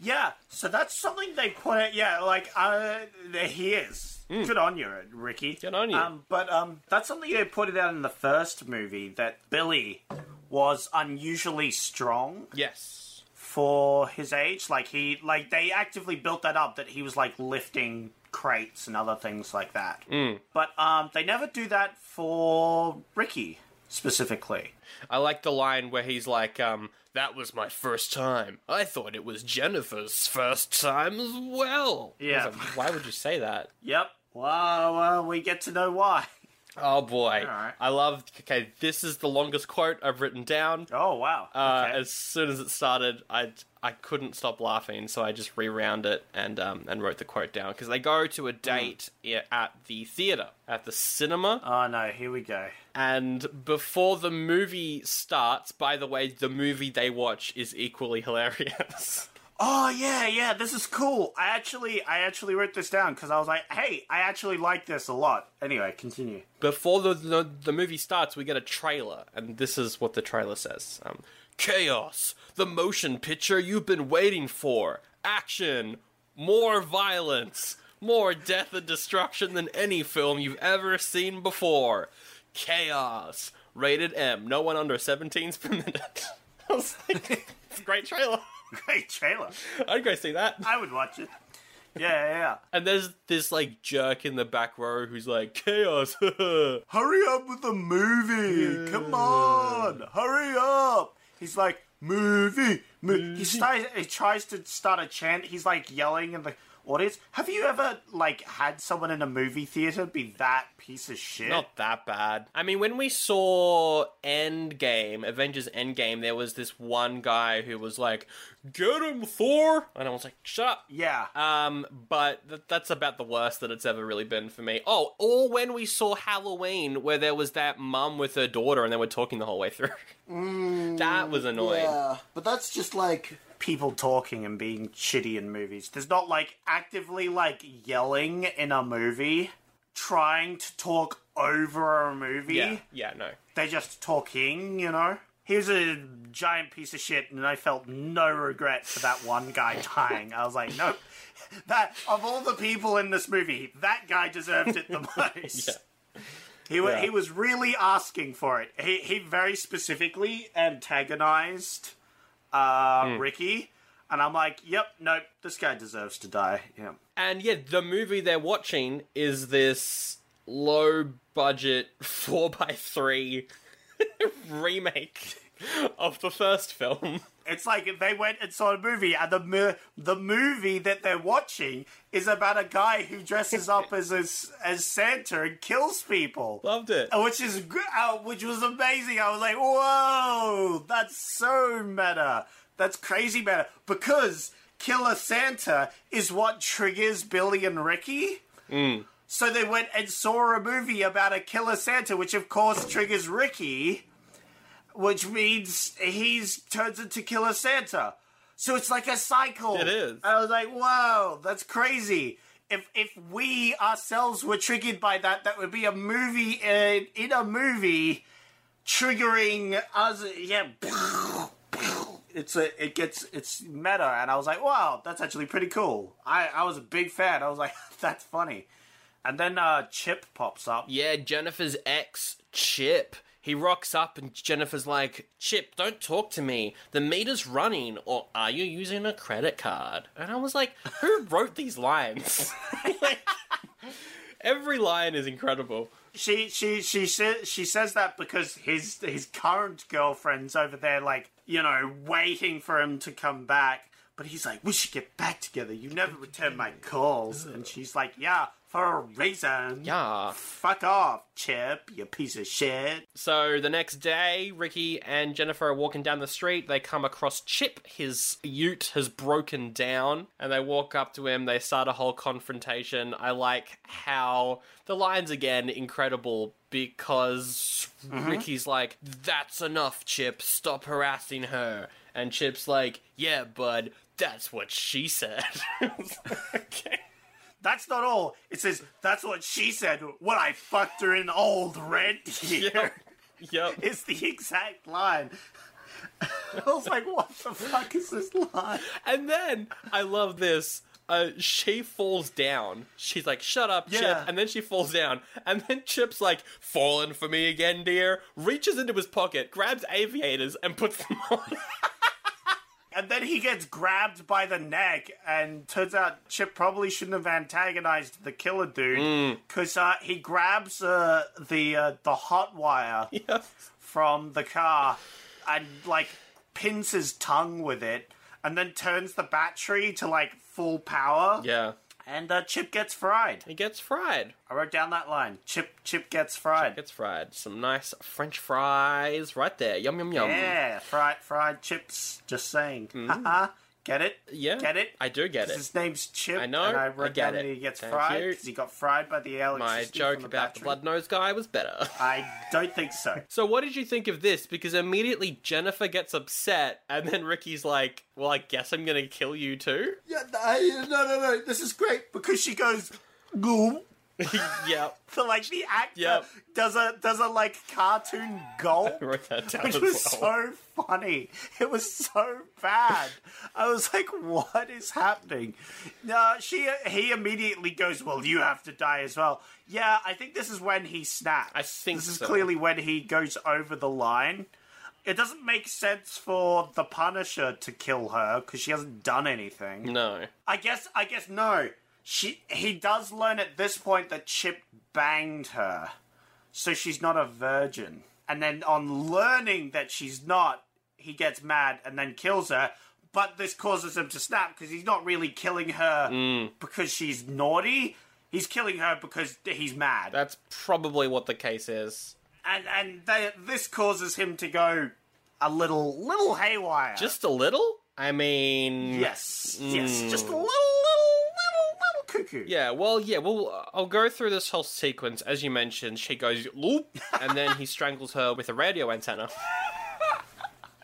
Yeah, so that's something they put it. Yeah, like uh, there he is. Good on you, Ricky. Hmm. Good on you. Um, but um, that's something they put it out in the first movie that Billy was unusually strong Yes. for his age. Like he, like they actively built that up that he was like lifting crates and other things like that. Hmm. But um, they never do that for Ricky specifically. I like the line where he's like, um, that was my first time. I thought it was Jennifer's first time as well. I was Yeah. like, Why would you say that? Yep. Well, well, we get to know why. Oh boy. right. I love okay, this is the longest quote I've written down. Oh wow. Uh, Okay. as soon as it started, I I couldn't stop laughing, so I just rewound it and um and wrote the quote down because they go to a Mm. date i- at the theater, at the cinema. Oh no, here we go. And before the movie starts, by the way, the movie they watch is equally hilarious. Oh yeah, yeah, this is cool. I actually I actually wrote this down cuz I was like, "Hey, I actually like this a lot." Anyway, continue. Before the, the the movie starts, we get a trailer, and this is what the trailer says: um, "Chaos, the motion picture you've been waiting for. Action, more violence, more death and destruction than any film you've ever seen before. Chaos, rated M. No one under 17s per minute." I was like, "It's a great trailer. Great trailer. I'd go see that." I would watch it. Yeah, yeah, yeah. And there's this like jerk in the back row who's like, "Chaos." Hurry up with the movie. Come on. Hurry up. He's like, "Movie." Mo-. He starts he tries to start a chant. He's like yelling in the audience. Have you ever like had someone in a movie theater be that piece of shit? Not that bad. I mean, when we saw Endgame, Avengers Endgame, there was this one guy who was like, "Get him, Thor," and I was like, "Shut up." Yeah. Um, but th- that's about the worst that it's ever really been for me. Oh, or when we saw Halloween, where there was that mum with her daughter, and they were talking the whole way through. that was annoying. Yeah, but that's just like people talking and being shitty in movies. There's not like actively like yelling in a movie, trying to talk over a movie. Yeah, yeah, no. They're just talking, you know? He was a giant piece of shit, and I felt no regret for that one guy dying. I was like, nope. That of all the people in this movie, that guy deserved it the most. He, wa Yeah. he was really asking for it. He, he very specifically antagonized uh, Ricky, and I'm like, yep, nope, this guy deserves to die. Yeah. And yeah, the movie they're watching is this low budget 4x3 remake of the first film. It's like if they went and saw a movie, and the mo- the movie that they're watching is about a guy who dresses up as a s as Santa and kills people, Loved it. which is gr- uh, which was amazing. I was like, whoa, that's so meta. That's crazy meta because Killer Santa is what triggers Billy and Ricky. So they went and saw a movie about a killer Santa, which of course triggers Ricky, which means he's turns into killer Santa. So it's like a cycle. It is. I was like, wow, that's crazy. If if we ourselves were triggered by that, that would be a movie in, in a movie triggering us. Yeah. It's a, it gets it's meta, and I was like, wow, that's actually pretty cool. I I was a big fan. I was like, that's funny. And then uh, Chip pops up. Yeah, Jennifer's ex, Chip. He rocks up and Jennifer's like, Chip, don't talk to me. The meter's running, or are you using a credit card? And I was like, who wrote these lines? like, every line is incredible. she she she says she says that because his his current girlfriend's over there, like you know, waiting for him to come back. But he's like, "We should get back together. You never return my calls." And she's like, "Yeah, for a reason. Yeah. Fuck off, Chip. You piece of shit." So the next day, Ricky and Jennifer are walking down the street. They come across Chip. His ute has broken down, and they walk up to him. They start a whole confrontation. I like how the lines again incredible because Ricky's like, "That's enough, Chip. Stop harassing her." And Chip's like, "Yeah, bud. That's what she said." It's like, okay. That's not all. It says that's what she said when I fucked her in old red here. Yep. It's the exact line. I was like, "What the fuck is this line?" And then I love this. Uh, she falls down. She's like, "Shut up, Chip!" Yeah. And then she falls down. And then Chip's like, "Falling for me again, dear." Reaches into his pocket, grabs aviators, and puts them on. And then he gets grabbed by the neck, and turns out Chip probably shouldn't have antagonized the killer dude Hmm. because uh, he grabs uh, the uh, the hot wire from the car and like pins his tongue with it, and then turns the battery to like full power. yeah, And uh, Chip gets fried. he gets fried. I wrote down that line. Chip Chip gets fried. Gets fried. Some nice French fries right there. Yum yum yum. yeah, fried fried chips. Just saying. Haha. Get it? Hmm. Yeah. Get it? I do get 'Cause it. His name's Chip. I know, And I I wrote get down that it. he gets Thank fried you. because he got fried by the My electricity joke from the about the battery. blood nose guy was better. I don't think so. So what did you think of this? Because immediately Jennifer gets upset, and then Ricky's like, "Well, I guess I'm gonna kill you too." Yeah, I, no, no, no. This is great. Because she goes, gulp. yep. So like the actor Yep. does a does a like cartoon gulp. I wrote that down Which as was well. so funny. It was so bad. I was like, "What is happening?" No, she he immediately goes, "Well, you have to die as well." Yeah, I think this is when he snaps. I think this is so. clearly when he goes over the line. It doesn't make sense for the Punisher to kill her because she hasn't done anything. no. I guess. I guess no. She. He does learn at this point that Chip banged her, so she's not a virgin. And then on learning that she's not, he gets mad and then kills her. But this causes him to snap because he's not really killing her because she's naughty. He's killing her because he's mad. That's probably what the case is. and and they, this causes him to go a little little haywire. Just a little? I mean, yes, yes, just a little little little little cuckoo. Yeah, well, yeah, well, uh, I'll go through this whole sequence. As you mentioned, she goes loop, and then he strangles her with a radio antenna.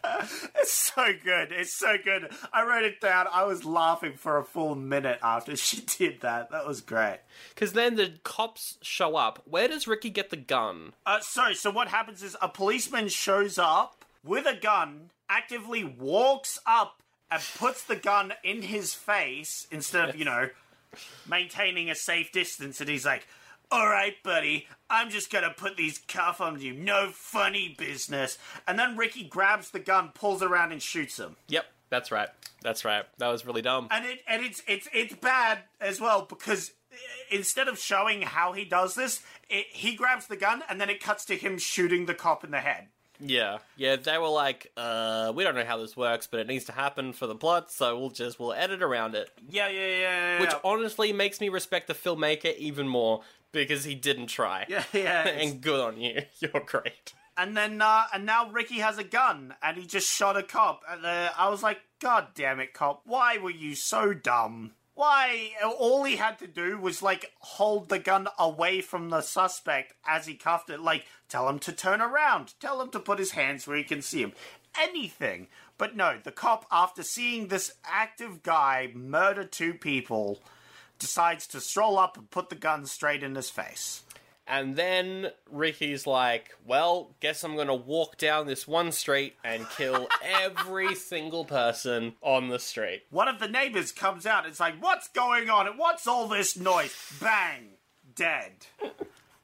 so good. It's so good. I wrote it down. I was laughing for a full minute after she did that. That was great. Because then the cops show up. Where does Ricky get the gun? Uh, so, so what happens is a policeman shows up with a gun, actively walks up and puts the gun in his face instead of, you know, maintaining a safe distance. And he's like, all right, buddy, I'm just going to put these cuff on you. No funny business. And then Ricky grabs the gun, pulls around and shoots him. Yep, that's right. That's right. That was really dumb. and it and it's it's it's bad as well because uh, instead of showing how he does this, it, he grabs the gun and then it cuts to him shooting the cop in the head. Yeah, yeah, they were like, uh, we don't know how this works, but it needs to happen for the plot, so we'll just we'll edit around it. Yeah, yeah, yeah. Which honestly makes me respect the filmmaker even more because he didn't try. yeah, yeah. it's- and good on you. You're great. And then uh, and now Ricky has a gun and he just shot a cop. And uh, I was like, God damn it, cop! Why were you so dumb? Why? All he had to do was like hold the gun away from the suspect as he cuffed it. Like tell him to turn around. Tell him to put his hands where he can see him. Anything. But no, the cop, after seeing this active guy murder two people, decides to stroll up and put the gun straight in his face. And then Ricky's like, well, guess I'm gonna walk down this one street and kill every single person on the street. One of the neighbors comes out. It's like, what's going on? What's all this noise? Bang, dead.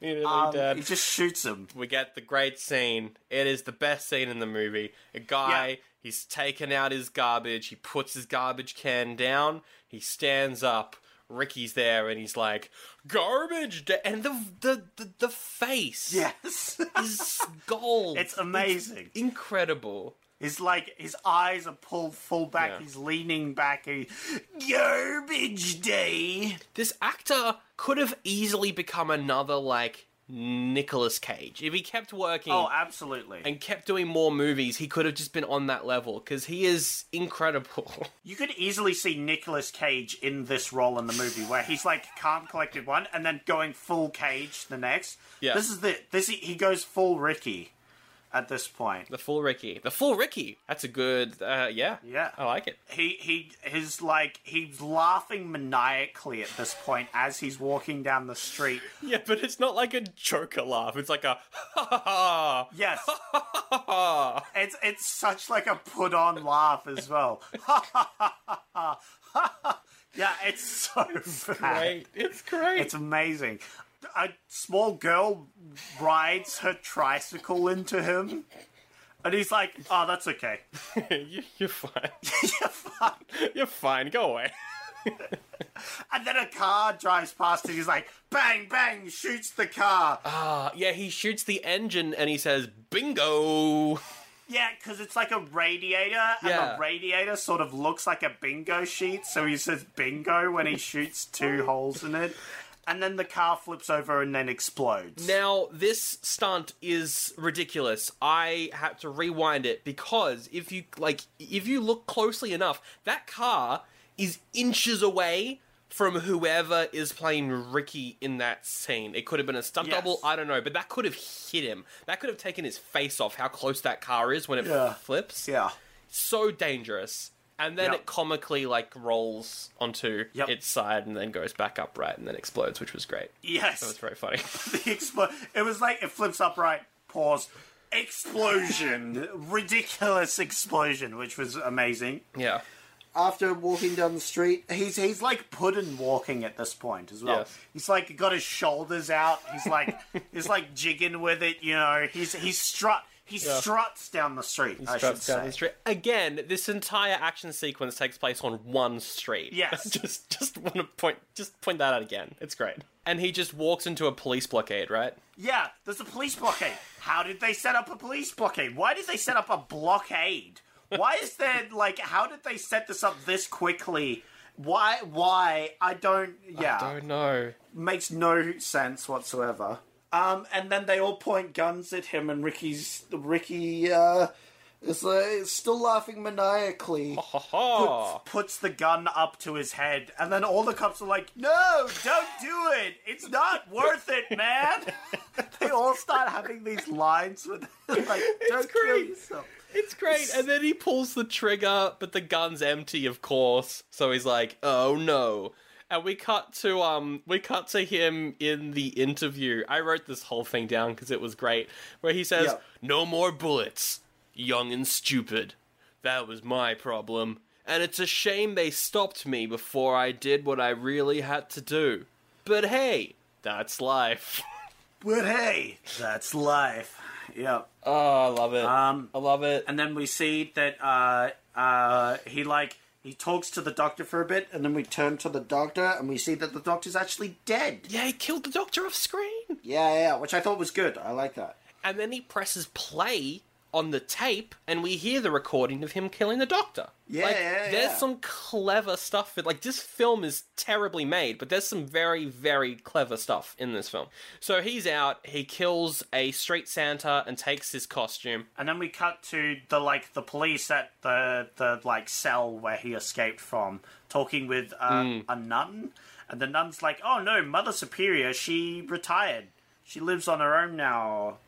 immediately Um, dead. he just shoots him. We get the great scene. It is the best scene in the movie. A guy, Yeah. he's taken out his garbage. He puts his garbage can down. He stands up. Ricky's there, and he's like, "Garbage!" da-" And the the the, the face Yes. is gold. It's amazing. incredible. It's like his eyes are pulled full back. Yeah. He's leaning back. He, Garbage day. This actor could have easily become another like Nicolas Cage if he kept working. Oh, absolutely. and kept doing more movies, he could have just been on that level because he is incredible. You could easily see Nicolas Cage in this role in the movie, where he's like calm, collected one, and then going full Cage the next. Yeah. This is the this he goes full Ricky at this point. The full Ricky. The full Ricky. That's a good. Uh, yeah. Yeah. I like it. He he is like he's laughing maniacally at this point as he's walking down the street. Yeah, but it's not like a Joker laugh. It's like a ha ha ha Yes, ha ha. it's it's such like a put on laugh as well. yeah, it's so bad. Great. It's great. Ah. It's amazing. A small girl rides her tricycle into him, and he's like, "Oh, that's okay." you, you're fine. You're fine. Go away. And then a car drives past, and he's like, "Bang, bang!" Shoots the car. Uh, yeah, he shoots the engine and he says, "Bingo." Yeah, because it's like a radiator, and Yeah. the radiator sort of looks like a bingo sheet. So he says "bingo" when he shoots two holes in it, and then the car flips over and then explodes. Now, this stunt is ridiculous. I had to rewind it because if you like if you look closely enough, that car is inches away from whoever is playing Ricky in that scene. It could have been a stunt Yes. double, I don't know, but that could have hit him. That could have taken his face off how close that car is when it Yeah. flips. yeah. So dangerous. And then Yep. it comically like rolls onto Yep. its side and then goes back upright and then explodes, which was great. Yes. That was very funny. the expl- it was like it flips upright pause explosion ridiculous explosion which was amazing yeah. after walking down the street he's he's like puddin walking at this point as well Yes. he's like got his shoulders out he's like he's like jigging with it you know he's he's strut he struts down the street i should Struts down say the street. Again, this entire action sequence takes place on one street. Yes. just just want to point just point that out again. It's great. And he just walks into a police blockade, right? yeah there's a police blockade how did they set up a police blockade why did they set up a blockade why is there like how did they set this up this quickly why why i don't yeah know. makes no sense whatsoever um and then they all point guns at him and ricky's ricky uh is uh, still laughing maniacally Ha ha. puts the gun up to his head and then all the cops are like no don't do it it's not worth it man they all start having these lines with like don't kill great. yourself It's great. And then he pulls the trigger, but the gun's empty, of course. So he's like, "Oh no." And we cut to um we cut to him in the interview. I wrote this whole thing down cuz it was great where he says, Yeah. "No more bullets. Young and stupid. That was my problem. And it's a shame they stopped me before I did what I really had to do. But hey, that's life." but hey that's life yep Oh, I love it. Um, I love it. and then we see that uh, uh, he like he talks to the doctor for a bit, and then we turn to the doctor, and we see that the doctor's actually dead. Yeah, yeah, he killed the doctor off screen. yeah, yeah, which I thought was good. I like that. and then he presses play on the tape and we hear the recording of him killing the doctor Yeah, like, yeah, there's yeah. some clever stuff that, like this film is terribly made but there's some very very clever stuff in this film so he's out he kills a street santa and takes his costume And then we cut to the like the police at the the like cell where he escaped from, talking with uh, a nun, and the nun's like, "Oh no, Mother Superior, she retired. She lives on her own now,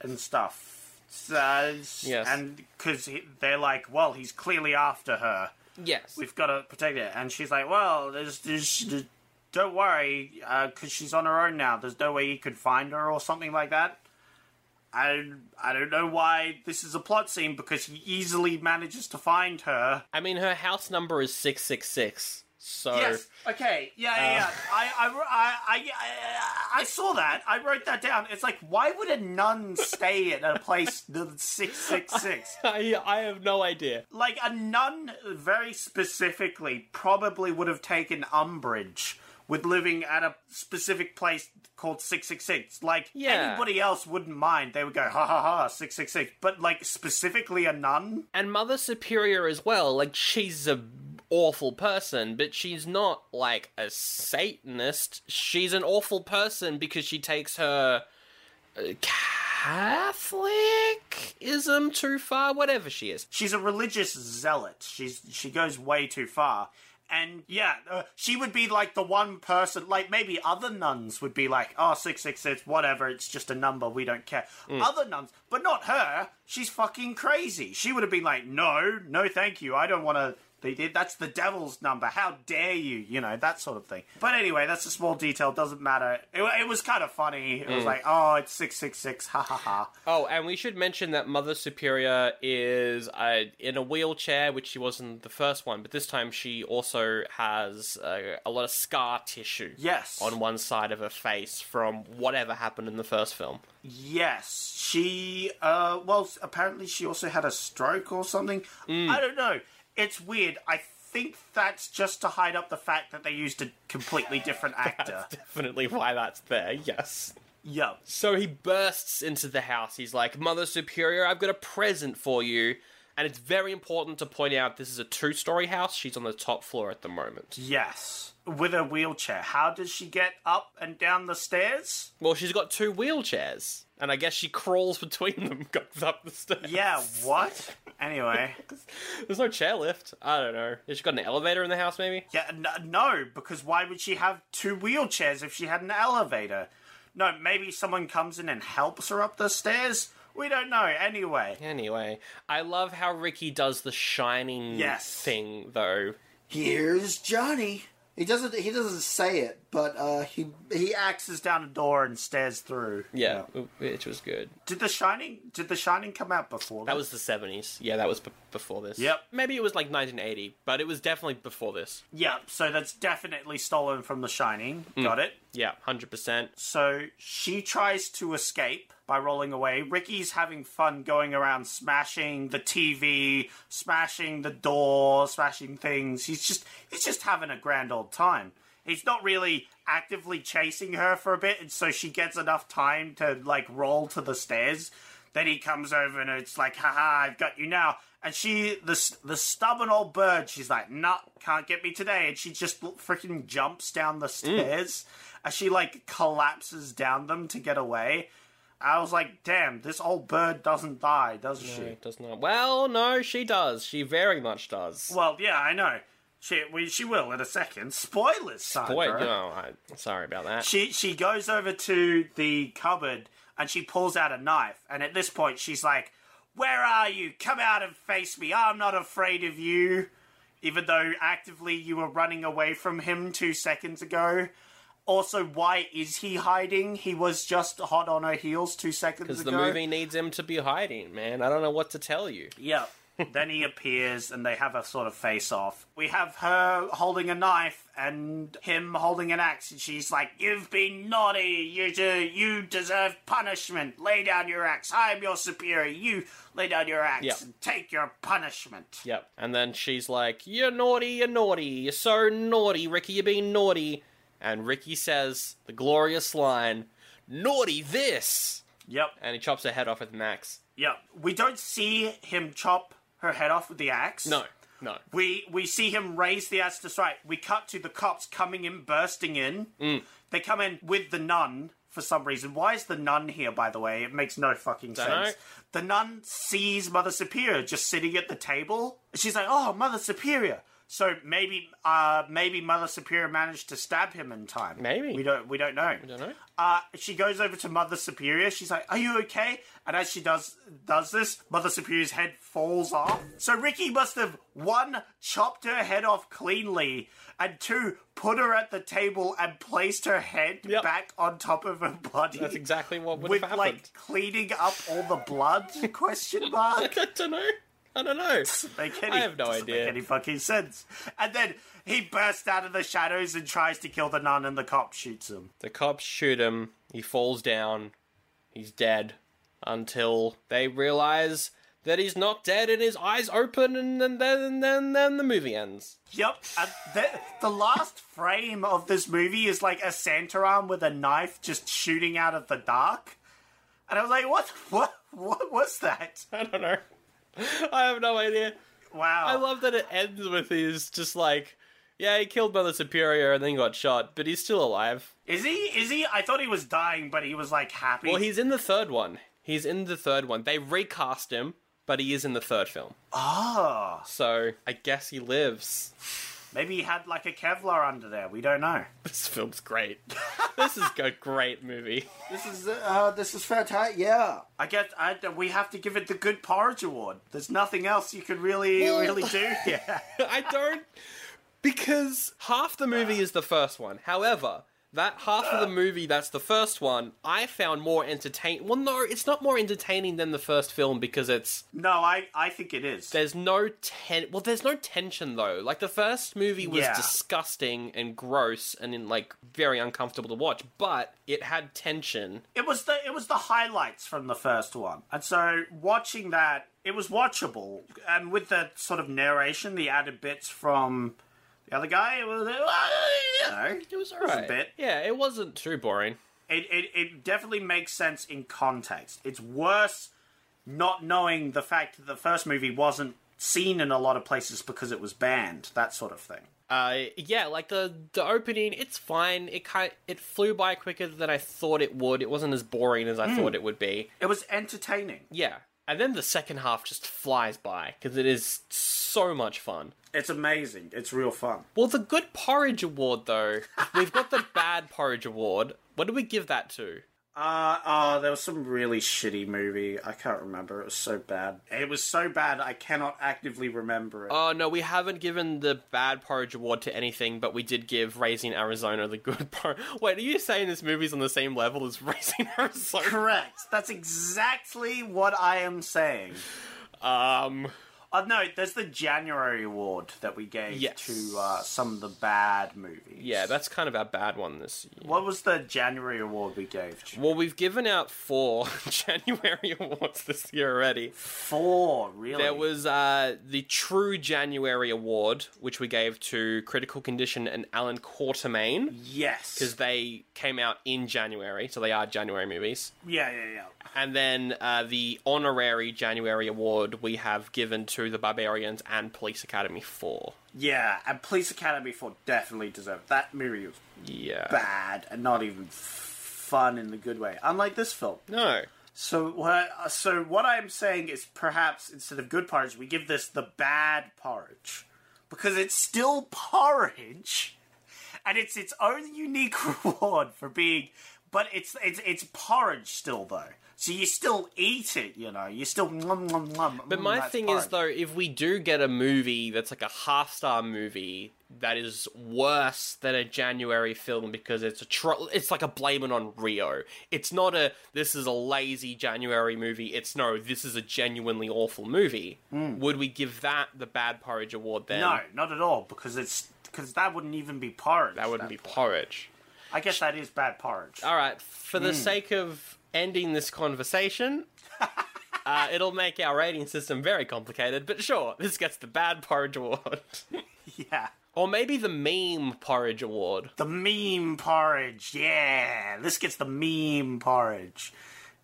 and stuff." So, Yes. and because they're like, "Well, he's clearly after her." yes we've got to protect it. And she's like, well, there's, there's, there's- don't worry, because she's on her own now. There's no way you could find her or something like that. I, I don't know why this is a plot scene because he easily manages to find her. i mean her house number is 666 So Yes. Okay. Yeah. Yeah. yeah. I, I, I, I, I saw that. I wrote that down. It's like, why would a nun stay at a place the six six six? I, I have no idea. Like a nun, very specifically, probably would have taken umbrage with living at a specific place called six six six. Like Yeah. anybody else wouldn't mind. They would go ha ha ha six six six. But like specifically a nun. And Mother Superior as well. Like she's a awful person, but she's not like a Satanist. She's an awful person because she takes her uh, Catholicism too far. Whatever she is. she's a religious zealot. She's she goes way too far. And yeah, uh, she would be like the one person, like maybe other nuns would be like, oh, 666, whatever, it's just a number, we don't care. Other nuns, but not her. She's fucking crazy. She would have been like, no, no, thank you. I don't want to. They did. That's the devil's number. How dare you? You know, that sort of thing. But anyway, that's a small detail. Doesn't matter. It, wa- it was kind of funny. It was like, oh, it's 666. Ha ha ha. Oh, and we should mention that Mother Superior is uh, in a wheelchair, which she was in the first one, but this time she also has uh, a lot of scar tissue. Yes. On one side of her face from whatever happened in the first film. Yes, she. Uh, well, s- apparently she also had a stroke or something. I don't know. It's weird. I think that's just to hide up the fact that they used a completely different actor. Definitely why that's there, yes. yeah. So he bursts into the house. He's like, Mother Superior, I've got a present for you. And it's very important to point out this is a two story house. She's on the top floor at the moment. Yes. With a wheelchair. How does she get up and down the stairs? Well, she's got two wheelchairs, and I guess she crawls between them, goes up the stairs. Yeah, what? Anyway. There's no chairlift. I don't know. Has she got an elevator in the house, maybe? Yeah, n- no, because why would she have two wheelchairs if she had an elevator? No, maybe someone comes in and helps her up the stairs? We don't know. Anyway. Anyway, I love how Ricky does the shining Yes. thing, though. Here's Johnny. He doesn't. He doesn't say it, but uh, he he axes down a door and stares through. Yeah, which was good. Did the Shining? Did the Shining come out before That was the 70s. Yeah, that was b- before this. Yep. Maybe it was like 1980, but it was definitely before this. Yeah, so that's definitely stolen from the Shining. Hmm. Got it. Yeah, 100%. So she tries to escape by rolling away. Ricky's having fun going around smashing the TV, smashing the door, smashing things. He's just he's just having a grand old time. He's not really actively chasing her for a bit, and so she gets enough time to like roll to the stairs. Then he comes over and it's like, haha, I've got you now. And she, the, s- the stubborn old bird, she's like, nah, can't get me today. And she just l- freaking jumps down the stairs and she like collapses down them to get away. I was like, damn, this old bird doesn't die, does she? It does not. Well, no, she does. She very much does. Well, yeah, I know. She, we, she will in a second. Spoilers, Sandra. Boy, no, I, sorry about that. she she goes over to the cupboard and she pulls out a knife and at this point she's like where are you come out and face me i'm not afraid of you even though actively you were running away from him two seconds ago also why is he hiding he was just hot on her heels two seconds Because ago the movie needs him to be hiding, man. I don't know what to tell you. yeah then he appears and they have a sort of face off. We have her holding a knife and him holding an axe, and she's like, You've been naughty. You, de- you deserve punishment. Lay down your axe. I'm your superior. You lay down your axe Yeah. and take your punishment. Yep. And then she's like, You're naughty, you're naughty, you're so naughty, Ricky, you're being naughty. And Ricky says the glorious line, Naughty this! Yep. And he chops her head off with an axe. Yep. We don't see him chop her head off with the axe. No, no. We we see him raise the axe to strike. We cut to the cops coming in, bursting in. They come in with the nun for some reason. Why is the nun here? By the way, it makes no fucking know. sense. The nun sees Mother Superior just sitting at the table. She's like, "Oh, Mother Superior." So maybe uh, maybe Mother Superior managed to stab him in time. Maybe. we don't we don't know. You know? Uh, she goes over to Mother Superior. She's like, "Are you okay?" And as she does does this, Mother Superior's head falls off. So Ricky must have one chopped her head off cleanly, and two put her at the table and placed her head Yep. back on top of her body. That's exactly what would with have happened. like cleaning up all the blood? question mark. I don't know. I don't know. Make any, I have no doesn't Make idea. any fucking sense. And then he bursts out of the shadows and tries to kill the nun, and the cop shoots him. The cops shoot him. He falls down. He's dead. Until they realize that he's not dead, and his eyes open, and then then then then the movie ends. Yep. And the, the last frame of this movie is like a Santa arm with a knife just shooting out of the dark. And I was like, what? What? What was that? I don't know. I have no idea. Wow. I love that it ends with his just like, yeah, he killed Mother Superior and then got shot, but he's still alive. Is he? Is he? I thought he was dying, but he was like happy. Well, he's in the third one. He's in the third one. They recast him, but he is in the third film. Ah. Oh, So I guess he lives. maybe he had like a Kevlar under there. We don't know. This film's great. this is a great movie. This is uh, this is fantastic. Yeah, I guess I, we have to give it the Good Porridge Award. There's nothing else you could really, Well- really do. Yeah. I don't because half the movie is the first one. However, that half of the movie that's the first one, I found more entertaining. Well, no, it's not more entertaining than the first film because it's No, I, I think it is. there's no ten. Well, there's no tension though. Like the first movie was Yeah. disgusting and gross and in like very uncomfortable to watch, but it had tension. It was the it was the highlights from the first one, and so watching that, it was watchable, and with the sort of narration, the added bits from the other guy, it was, uh, you know, It was a alright. bit. Yeah, it wasn't too boring. it, it, it definitely makes sense in context. It's worse not knowing the fact that the first movie wasn't seen in a lot of places because it was banned, that sort of thing. Uh, yeah, like the the opening, it's fine. It kind it flew by quicker than I thought it would. It wasn't as boring as I thought it would be. It was entertaining. Yeah, and then the second half just flies by because it is so much fun. It's amazing. It's real fun. Well, the good porridge award though, we've got the bad porridge award. What do we give that to? Uh, oh, there was some really shitty movie. I can't remember. It was so bad. It was so bad, I cannot actively remember it. Oh no, we haven't given the bad porridge award to anything, but we did give Raising Arizona the good porridge. Wait, are you saying this movie's on the same level as Raising Arizona? Correct. That's exactly what I am saying. Um. Oh, no, there's the January award that we gave Yes. to uh, some of the bad movies. Yeah, that's kind of our bad one this year. What was the January award we gave? Jim? Well, we've given out four January awards this year already. Four, really? There was uh, the True January Award, which we gave to Critical Condition and Alan Quatermain because yes. they came out in January, so they are January movies. Yeah, yeah, yeah. And then uh, the Honorary January Award we have given to The Barbarians and Police Academy 4. Yeah, and Police Academy 4 definitely deserved. That movie was Yeah. bad and not even f- fun in the good way, unlike this film. No. So what? I, uh, so what I'm saying is, perhaps instead of good porridge, we give this the bad porridge because it's still porridge, and it's its own unique reward for being. But it's it's it's porridge still though. So you still eat it, you know. You still nom nom nom. But mm, my that's thing is porridge. though, if we do get a movie that's like a half star movie that is worse than a January film because it's a tro- it's like a blaming on Rio. It's not a this is a lazy January movie. It's no, this is a genuinely awful movie. Would we give that the bad porridge award then? Mm. no, not at all because it's because that wouldn't even be porridge. that Uh. wouldn't be porridge. I guess that is bad porridge. All right, for the sake of ending this conversation. Uh, it'll make our rating system very complicated, but sure, this gets the bad porridge award. yeah. Or maybe the meme porridge award. The meme porridge, yeah. This gets the meme porridge.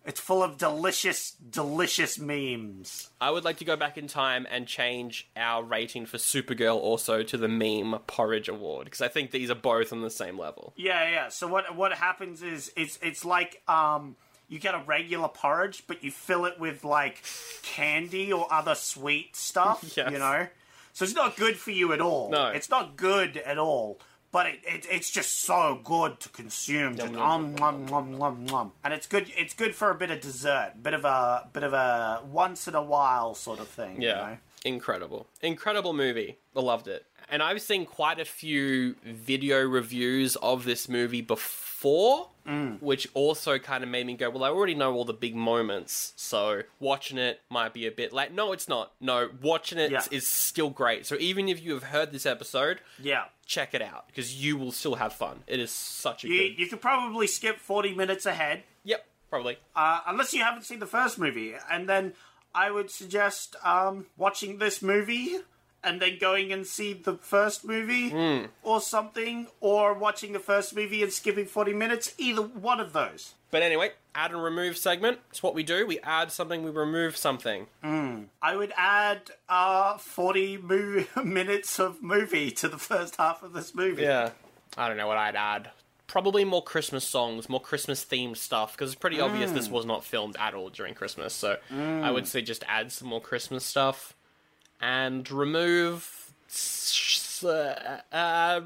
It's full of delicious, delicious memes. I would like to go back in time and change our rating for Supergirl also to the meme porridge award because I think these are both on the same level. Yeah, yeah. So what what happens is it's it's like um you get a regular porridge, but you fill it with like candy or other sweet stuff. Yes. You know, so it's not good for you at all. No. it's not good at all. But it, it, it's just so good to consume. Just um, um, um, um, um. and it's good. It's good for a bit of dessert, bit of a bit of a once in a while sort of thing. you know? Incredible. Incredible movie. I loved it. And I've seen quite a few video reviews of this movie before four, Mm. which also kind of made me go, well, I already know all the big moments, so watching it might be a bit like, no, it's not. No, watching it is Yeah. is still great. So even if you have heard this episode, Yeah. check it out because you will still have fun. It is such a You, good. you could probably skip 40 minutes ahead, Yep, probably. uh, unless you haven't seen the first movie. And then I would suggest um, watching this movie and then going and see the first movie Hmm. or something, or watching the first movie and skipping 40 minutes. Either one of those. But anyway, add and remove segment. It's what we do. We add something, we remove something. I would add uh, 40 mo- minutes of movie to the first half of this movie. Yeah. I don't know what I'd add. Probably more Christmas songs, more Christmas themed stuff, because it's pretty obvious Mm. this was not filmed at all during Christmas. So I would say just add some more Christmas stuff and remove. s- Uh, uh,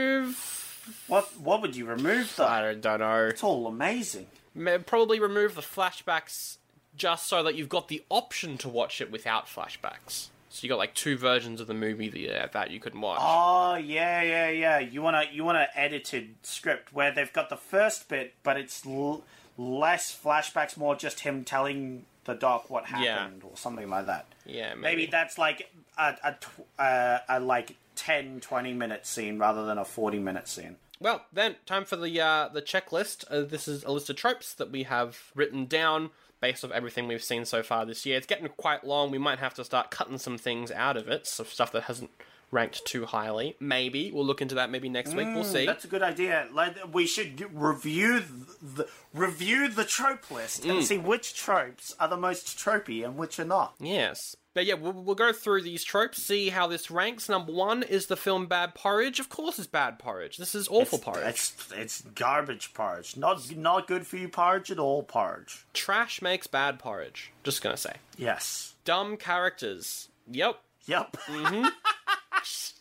remove. What What would you remove though? I don't, don't know. It's all amazing. Ma- Probably remove the flashbacks just so that you've got the option to watch it without flashbacks. So you got like two versions of the movie that you, that you can watch. Oh yeah, yeah, yeah. You wanna you want to edited script where they've got the first bit, but it's l- less flashbacks, more just him telling the doc what happened or something like that. yeah, Maybe that's like a a, tw- uh, a like 10, 20 minute scene rather than a forty minute scene. Well, then, time for the uh, the checklist. Uh, this is a list of tropes that we have written down based off everything we've seen so far this year. It's getting quite long. We might have to start cutting some things out of it, so stuff that hasn't ranked too highly. Maybe we'll look into that. Maybe next week we'll see. Mm, That's a good idea. Like we should g- review the, the review the trope list and see which tropes are the most tropey and which are not. Yes. But yeah, we'll, we'll go through these tropes, see how this ranks. Number one is the film Bad Porridge. Of course, it's bad porridge. This is awful porridge. It's it's garbage porridge. Not not good for you porridge at all. Porridge. Trash makes bad porridge. Just gonna say. Yes. Dumb characters. Yep. Yep.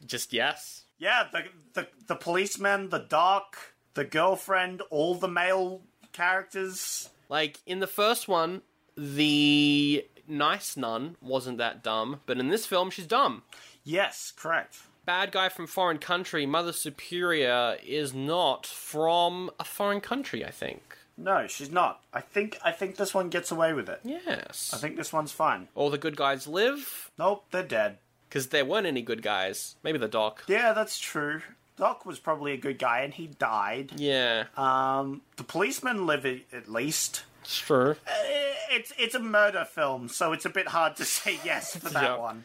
Just yes. yeah. The the the policeman, the doc, the girlfriend, all the male characters. Like in the first one, the nice nun wasn't that dumb, but in this film, she's dumb. Yes, correct. Bad guy from foreign country, Mother Superior is not from a foreign country, I think. No, she's not. I think I think this one gets away with it. Yes. I think this one's fine. All the good guys live Nope, they're dead. because there weren't any good guys. Maybe the doc. Yeah, that's true. Doc was probably a good guy, and he died. Yeah, Um, the policemen live i- at least. sure. Eh, It's it's a murder film, so it's a bit hard to say yes for that Yeah. one.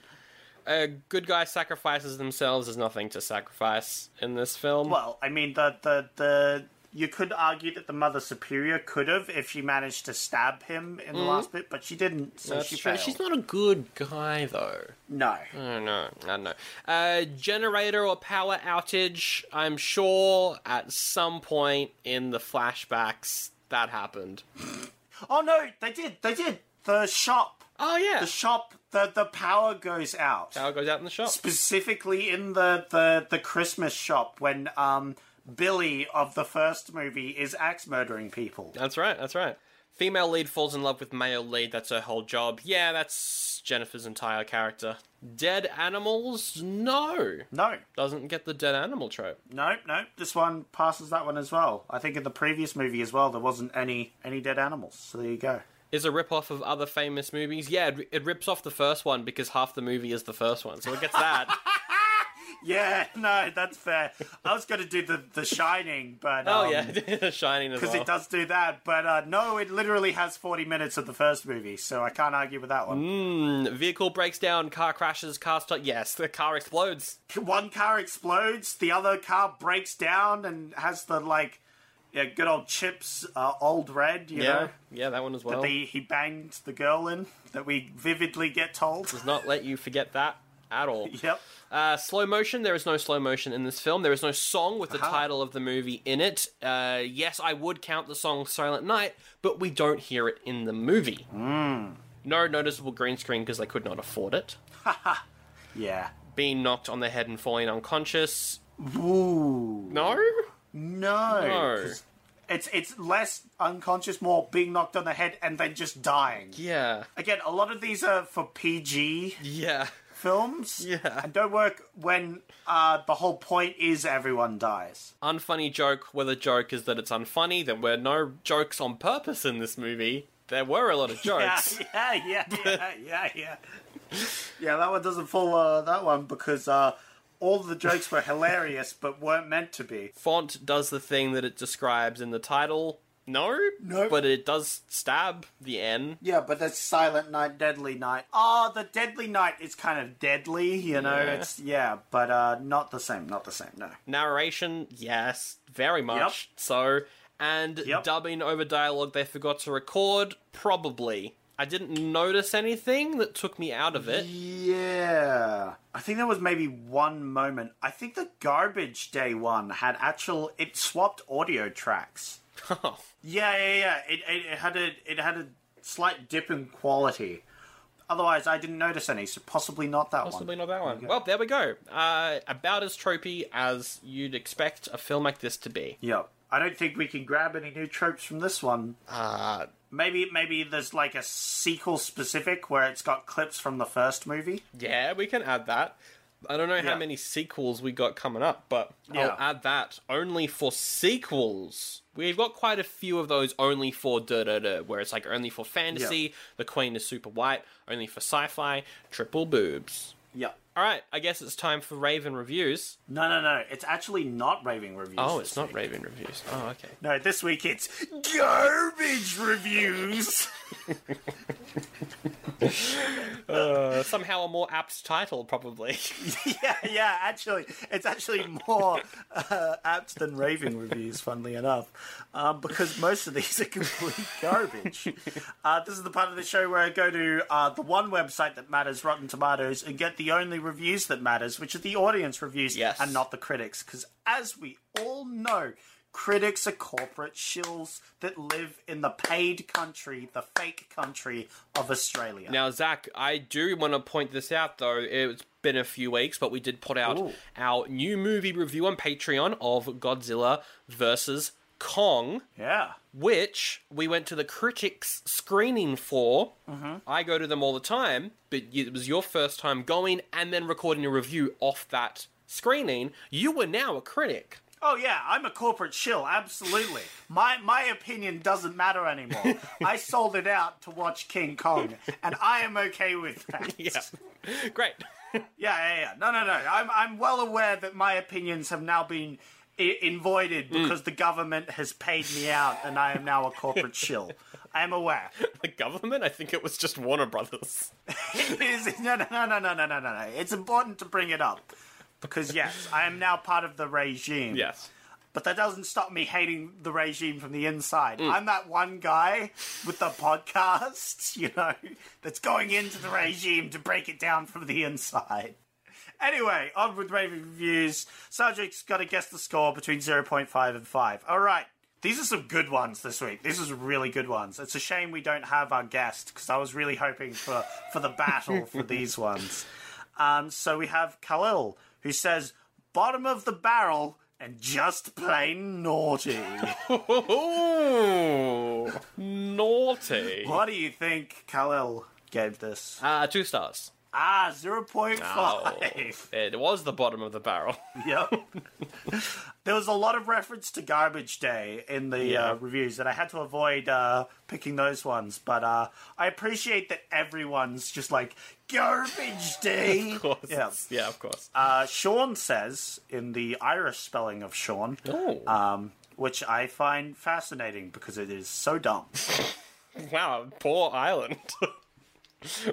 A good guy sacrifices themselves. There's nothing to sacrifice in this film. Well, I mean the the the you could argue that the mother superior could have if she managed to stab him in the last bit, but she didn't, so Mm. That's she true. failed. She's not Mm. a good guy though. no. I don't know. I don't know. Uh, generator or power outage. I'm sure at some point in the flashbacks that happened. Oh no, they did. They did. The shop. Oh yeah. The shop. The the power goes out. power goes out in the shop. Specifically in the the the Christmas shop when um Billy of the first movie is axe murdering people. That's right. That's right. Female lead falls in love with male lead. That's her whole job. Yeah, that's Jennifer's entire character. Dead animals? No. No, Doesn't get the dead animal trope. no, no. This one passes that one as well. I think in the previous movie as well there wasn't any any dead animals. So there you go. Is a rip off of other famous movies. Yeah, it, it rips off the first one because half the movie is the first one. So it gets that. Yeah, no, that's fair. I was going to do the the Shining, but oh yeah, The Shining as well. because Um, it does do that. But uh, no, it literally has forty minutes of the first movie, so I can't argue with that one. Vehicle breaks down, car crashes, car stop. Yes, the car explodes. One car explodes, the other car breaks down and has the like, yeah, good old Chips, uh, old red, you know, yeah, that one as well. that the, he banged the girl in that we vividly get told. Does not let you forget that at all. yep. Uh, slow motion. There is no slow motion in this film. There is no song with the title of the movie in it. Uh, yes, I would count the song "Silent Night," but we don't hear it in the movie. Hmm. No noticeable green screen because they could not afford it. Yeah. Being knocked on the head and falling unconscious. Ooh. No. No. No. 'cause It's it's less unconscious, more being knocked on the head and then just dying. Yeah. Again, a lot of these are for PG Yeah. films. Yeah. And don't work when uh, the whole point is everyone dies. Unfunny joke, where the joke is that it's unfunny, there were no jokes on purpose in this movie. There were a lot of Yeah, jokes. yeah, yeah, yeah, yeah, yeah. Yeah, that one doesn't follow uh, that one because uh, all the jokes were hilarious but weren't meant to be. Font does the thing that it describes in the title. No, Nope. but it does stab the N. Yeah, but that's Silent Night, Deadly Night. Ah, the Deadly Night is kind of deadly, you know. Yeah. It's yeah, but uh, not the same. Not the same. No. Narration, yes, very much so. And Yep. dubbing over dialogue they forgot to record, probably. I didn't notice anything that took me out of it. Yeah, I think there was maybe one moment. I think the Garbage Day one had actual. It swapped audio tracks. Yeah, yeah, yeah. It, it, it had a it had a slight dip in quality. Otherwise, I didn't notice any. So possibly not that Possibly one. not that one. Well, there we go. Uh, about as tropey as you'd expect a film like this to be. Yep. I don't think we can grab any new tropes from this one. Uh, Maybe maybe there's like a sequel specific where it's got clips from the first movie. yeah, we can add that. I don't know how Yeah. many sequels we got coming up, but Yeah. I'll add that only for sequels. We've got quite a few of those only for da da da, where it's like only for fantasy, the queen is super white, only for sci fi, triple boobs. Yep. All right, I guess it's time for Raven reviews. No, no, no. It's actually not raving reviews. Oh, this it's not week. Raven reviews. Oh, okay. No, this week it's garbage reviews. Uh, somehow a more apt title, probably. yeah, yeah. Actually, it's actually more uh, apt than raving reviews. Funnily enough, um, because most of these are complete garbage. Uh, this is the part of the show where I go to uh, the one website that matters, Rotten Tomatoes, and get the only reviews that matters, which are the audience reviews Yes. and not the critics. Because as we all know, critics are corporate shills that live in the paid country, the fake country of Australia. Now, Zach, I do want to point this out, though. It's been a few weeks, but we did put out our new movie review on Patreon of Godzilla versus Kong, yeah. which we went to the critics screening for. I go to them all the time, but it was your first time going and then recording a review off that screening. You were now a critic. Oh yeah, I'm a corporate shill, absolutely. My my opinion doesn't matter anymore. I sold it out to watch King Kong, and I am okay with that. Yeah. Great. Yeah, yeah, yeah. No, no, no. I'm I'm well aware that my opinions have now been I- invoided because the government has paid me out, and I am now a corporate shill. I am aware. the government? I think it was just Warner Brothers. It is no, no, no, no, no, no, no, no. It's important to bring it up because yes, I am now part of the regime. Yes. But that doesn't stop me hating the regime from the inside. I'm that one guy with the podcast, you know, that's going into the regime to break it down from the inside. Anyway, on with raving reviews. Subject's got to guess the score between 0.5 and 5. All right. These are some good ones this week. These are some really good ones. It's a shame we don't have our guest because I was really hoping for, for the battle for these ones. Um, so we have Khalil who says, bottom of the barrel and just plain naughty. Ooh, naughty. what do you think Khalil gave this? Uh, two stars. Ah, 0.5. it was the bottom of the barrel. Yep. there was a lot of reference to Garbage Day in the Yeah. uh, reviews, and I had to avoid uh, picking those ones. But uh, I appreciate that everyone's just like, Garbage Day! Yeah. yeah, of course. Uh, Sean says, in the Irish spelling of Sean, oh, um, which I find fascinating because it is so dumb. wow, poor Ireland.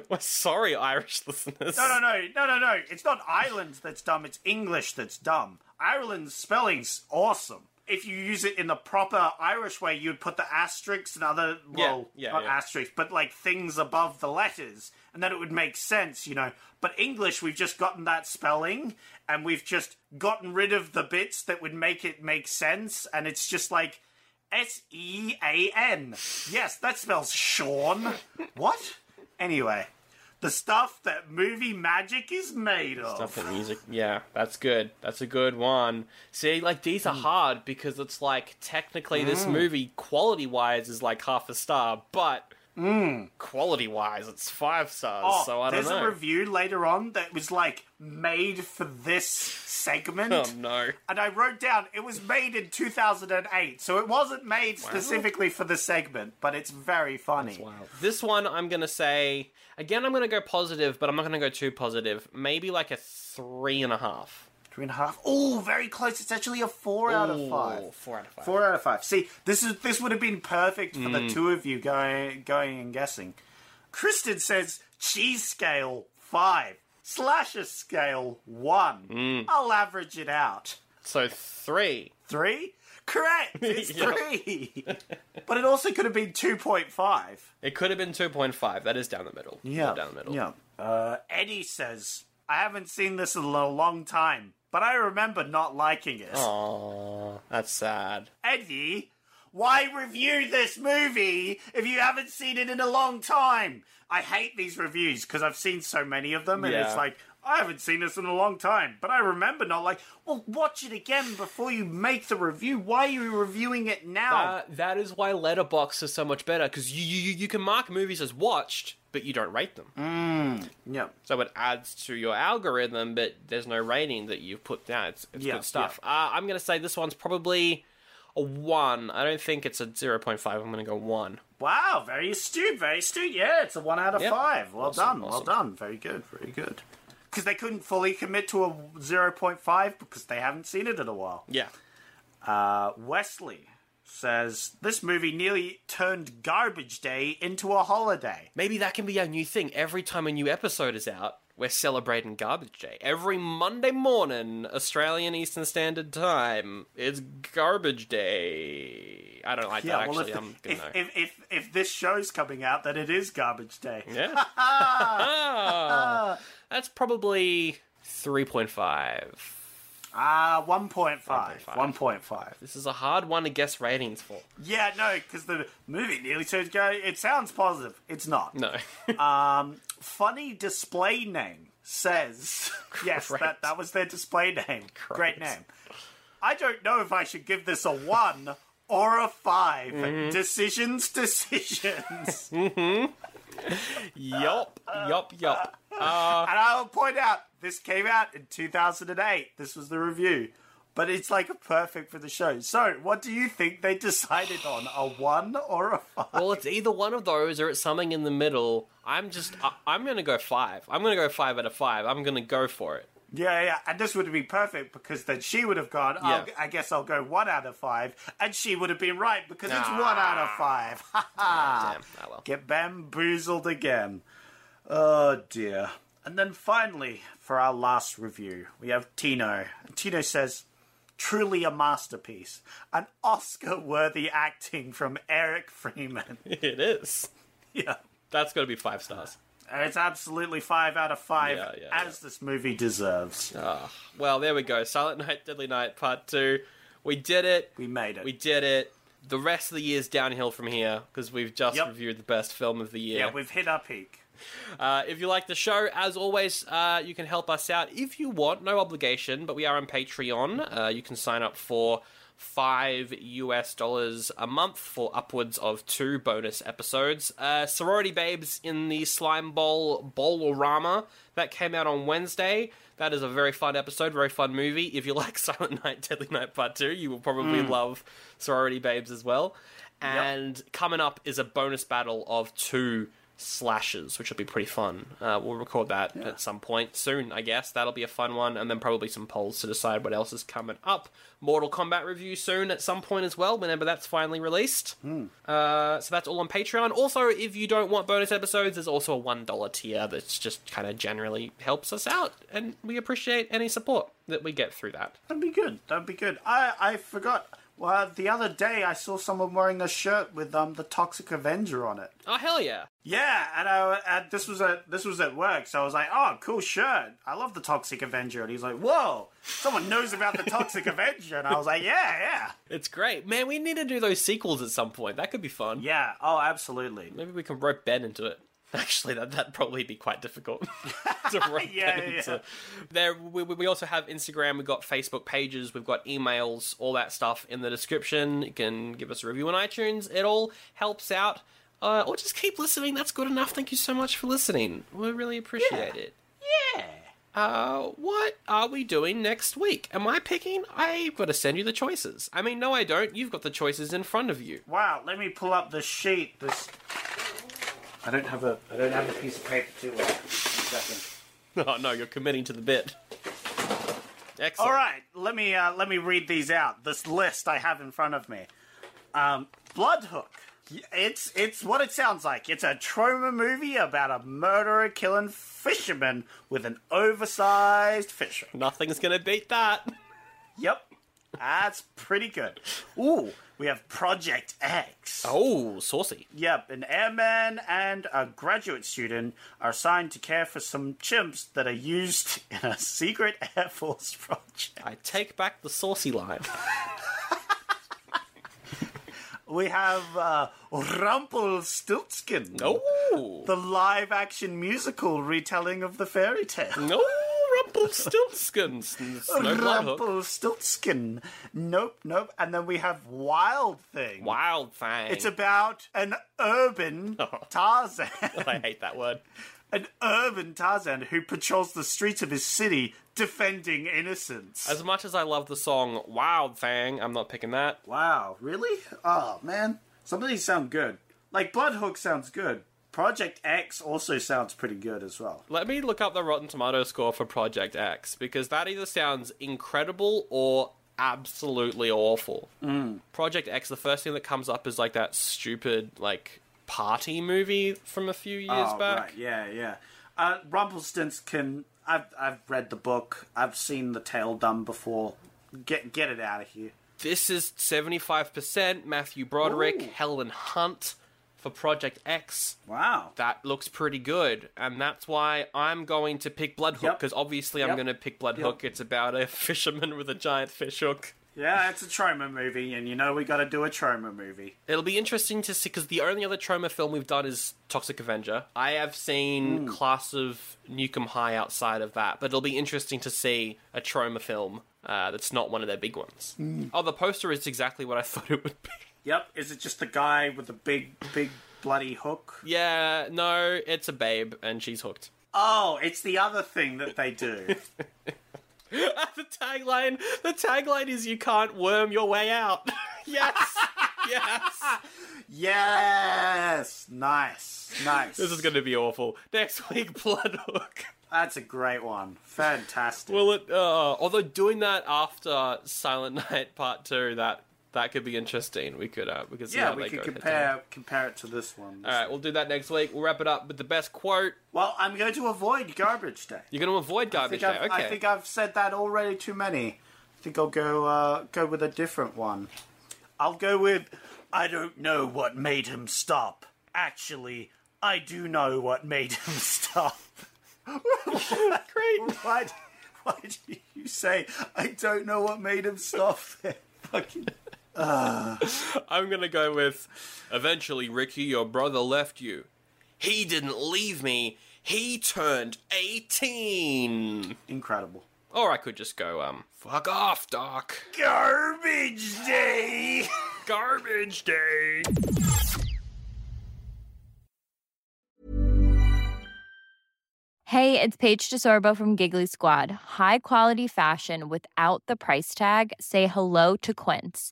We're sorry, Irish listeners. No, no, no, no, no, no. It's not Ireland that's dumb, it's English that's dumb. Ireland's spelling's awesome. If you use it in the proper Irish way, you'd put the asterisks and other, well, yeah, not yeah. asterisks, but like things above the letters, and then it would make sense, you know. But English, we've just gotten that spelling, and we've just gotten rid of the bits that would make it make sense, and it's just like S E A N. Yes, that spells Sean. what? Anyway. The stuff that movie magic is made of. Stuff and music. Yeah, that's good. That's a good one. See, like these Hmm. are hard because it's like technically this movie, quality wise, is like half a star, but quality wise, it's five stars. Hmm. Oh, so I don't there's know. a review later on that was like made for this segment. oh no. And I wrote down it was made in 2008, so it wasn't made specifically for the segment, but it's very funny. This one I'm gonna say again. I'm gonna go positive, but I'm not gonna go too positive. Maybe like a three and a half. Three and a half. Oh, very close. It's actually a four out of Ooh, five. Four out of five. Mm. Four out of five. See, this is this would have been perfect for the two of you going going and guessing. Kristen says cheese scale five, slasher scale one. Mm. I'll average it out. So three. Three? Correct. It's three. but it also could have been two point five. It could have been two point five. That is down the middle. Not down the middle. Yeah. Uh, Eddie says, I haven't seen this in a long time, but I remember not liking it. Aw, that's sad. Eddie, why review this movie if you haven't seen it in a long time? I hate these reviews because I've seen so many of them, and it's Yeah. like, I haven't seen this in a long time, but I remember not like, well, watch it again before you make the review. Why are you reviewing it now? Uh, that is why Letterbox is so much better because you, you you- you can mark movies as watched, but you don't rate them. Mm. yeah. So it adds to your algorithm, but there's no rating that you've put down. It's, it's Yeah, good stuff. Uh, I'm going to say this one's probably a 1. I don't think it's a 0.5. I'm going to go 1. Wow, very astute, very astute. Yeah, it's a one out of Yeah. five. Well Awesome, done, awesome. well done. Very good, very good. Because they couldn't fully commit to a 0.5 because they haven't seen it in a while. Yeah. Uh, Wesley says this movie nearly turned Garbage Day into a holiday. Maybe that can be our new thing. Every time a new episode is out, we're celebrating Garbage Day. Every Monday morning, Australian Eastern Standard Time, it's Garbage Day. I don't like that, well, actually. if, I'm if, gonna- if, if if this show's coming out, then it is Garbage Day. Yeah. Ah, that's probably 3.5. Ah, 1.5. 1.5. 1.5. This is a hard one to guess ratings for. Yeah, no, because the movie nearly turned Garbage It sounds positive. It's not. No. funny display name says yes that, Great. that was their display name great name i don't know if i should give this a one or a 5 Mm-hmm. decisions decisions and yup, yup, yup. i'll point out this came out in 2008 this was the review but it's like perfect for the show so what do you think they decided on a one or a five Well, it's either one of those or it's something in the middle. I'm just, I, I'm gonna go five. I'm gonna go five out of five. I'm gonna go for it. yeah yeah and this would be perfect because then she would have gone I'll, Yeah. i guess i'll go one out of five and she would have been right because it's one out of five Ah. Damn, I will. get bamboozled again. Oh dear. And then finally, for our last review, we have Tino. Tino says, truly a masterpiece. An Oscar worthy acting from Eric Freeman. It is. yeah. That's gotta be five stars. And it's absolutely five out of five, Yeah, yeah, as this movie deserves. Well, there we go. Silent Night, Deadly Night, Part Two. We did it. we made it. We did it. The rest of the year's downhill from here because we've just Yep. reviewed the best film of the year. yeah, we've hit our peak. Uh, if you like the show, as always, uh, you can help us out if you want. No obligation, but we are on Patreon. Uh, you can sign up for five US dollars a month for upwards of two bonus episodes. Uh, Sorority Babes in the Slime Bowl Bowl-orama. That came out on Wednesday. That is a very fun episode, very fun movie. If you like Silent Night, Deadly Night Part 2, you will probably love Sorority Babes as well. And coming up is a bonus battle of two slashes, which will be pretty fun. Uh, we'll record that at some point soon, I guess. That'll be a fun one, and then probably some polls to decide what else is coming up. Mortal Kombat review soon at some point as well, whenever that's finally released. Uh, so that's all on Patreon. Also, if you don't want bonus episodes, there's also a one dollar tier that's just kind of generally helps us out, and we appreciate any support that we get through that. That'd be good. That'd be good. I I forgot. Well, the other day I saw someone wearing a shirt with um the Toxic Avenger on it. Oh hell yeah! Yeah, and I and this was at this was at work, so I was like, "Oh, cool shirt! I love the Toxic Avenger." And he's like, "Whoa, someone knows about the Toxic Avenger!" And I was like, "Yeah, yeah, It's great, man. We need to do those sequels at some point. That could be fun. yeah! Oh, absolutely! Maybe we can rope Ben into it. Actually, that that'd probably be quite difficult to rope Yeah, Ben yeah. into. There, we, we we also have Instagram. We've got Facebook pages. We've got emails. All that stuff in the description. You can give us a review on iTunes. It all helps out. uh, or just keep listening. That's good enough. Thank you so much for listening. We really appreciate it. Yeah. Uh, what are we doing next week? Am I picking? I've got to send you the choices. I mean, no, I don't. You've got the choices in front of you. Wow. Let me pull up the sheet. This. I don't have a. I don't have a piece of paper to. Uh, second. Oh no, you're committing to the bit. Excellent. All right, let me uh, let me read these out. This list I have in front of me. Um, Bloodhook. It's it's what it sounds like. It's a trauma movie about a murderer killing fishermen with an oversized fish. hook. Nothing's gonna beat that. Yep, that's pretty good. Ooh, we have Project X. Oh, saucy. Yep, an airman and a graduate student are assigned to care for some chimps that are used in a secret Air Force project. I take back the saucy line. We have uh, Rumpelstiltskin. Oh, The live action musical retelling of the fairy tale. no, Rumpelstiltskin. Snow Bloodhook. Rumpelstiltskin. Nope, nope. And then we have Wild Thing. Wild Fang. It's about an urban Oh. Tarzan. I hate that word. an urban Tarzan who patrols the streets of his city defending innocence. As much as I love the song Wild Fang, I'm not picking that. wow, really? Oh, man. Some of these sound good. Like Bloodhook sounds good. Project X also sounds pretty good as well. Let me look up the Rotten Tomato score for Project X because that either sounds incredible or absolutely awful. Mm. Project X, the first thing that comes up is like that stupid like party movie from a few years Oh, back. Right. Yeah, yeah. Uh, Rumpelstiltskin. I've I've read the book. I've seen the tale done before. Get get it out of here. This is 75% Matthew Broderick, Ooh. Helen Hunt for Project X. Wow. That looks pretty good, and that's why I'm going to pick Bloodhook Yep. because obviously I'm Yep. going to pick Bloodhook. It's about a fisherman with a giant fish hook. Yeah, it's a trauma movie, and you know we got to do a trauma movie. It'll be interesting to see because the only other trauma film we've done is Toxic Avenger. I have seen Class of Nukem High outside of that, but it'll be interesting to see a trauma film uh, that's not one of their big ones. Oh, the poster is exactly what I thought it would be. Yep. Is it just the guy with the big big bloody hook? Yeah, no, it's a babe and she's hooked. Oh, it's the other thing that they do. the tagline, the tagline is you can't worm your way out. yes, yes. yes. Nice. Nice. This is going to be awful. Next week, Bloodhook. That's a great one. Fantastic. Well, it, uh, although doing that after Silent Night Part Two, that that could be interesting. We could uh, we could see yeah, how we they could go head to head. compare compare it to this one. All right, we'll do that next week. We'll wrap it up with the best quote. Well, I'm going to avoid garbage day. You're going to avoid I think, garbage I've, day. Okay. I think I've said that already too many. I think I'll go uh, go with a different one. I'll go with I don't know what made him stop. Actually, I do know what made him stop. Great. Why, d- why do you say I don't know what made him stop? then? Fucking I'm going to go with. Eventually, Ricky, your brother left you. He didn't leave me. He turned 18. incredible. Or I could just go um. Fuck off, Doc. Garbage day. Garbage day. Hey, it's Paige DeSorbo from Giggly Squad. High quality fashion without the price tag. Say hello to Quince.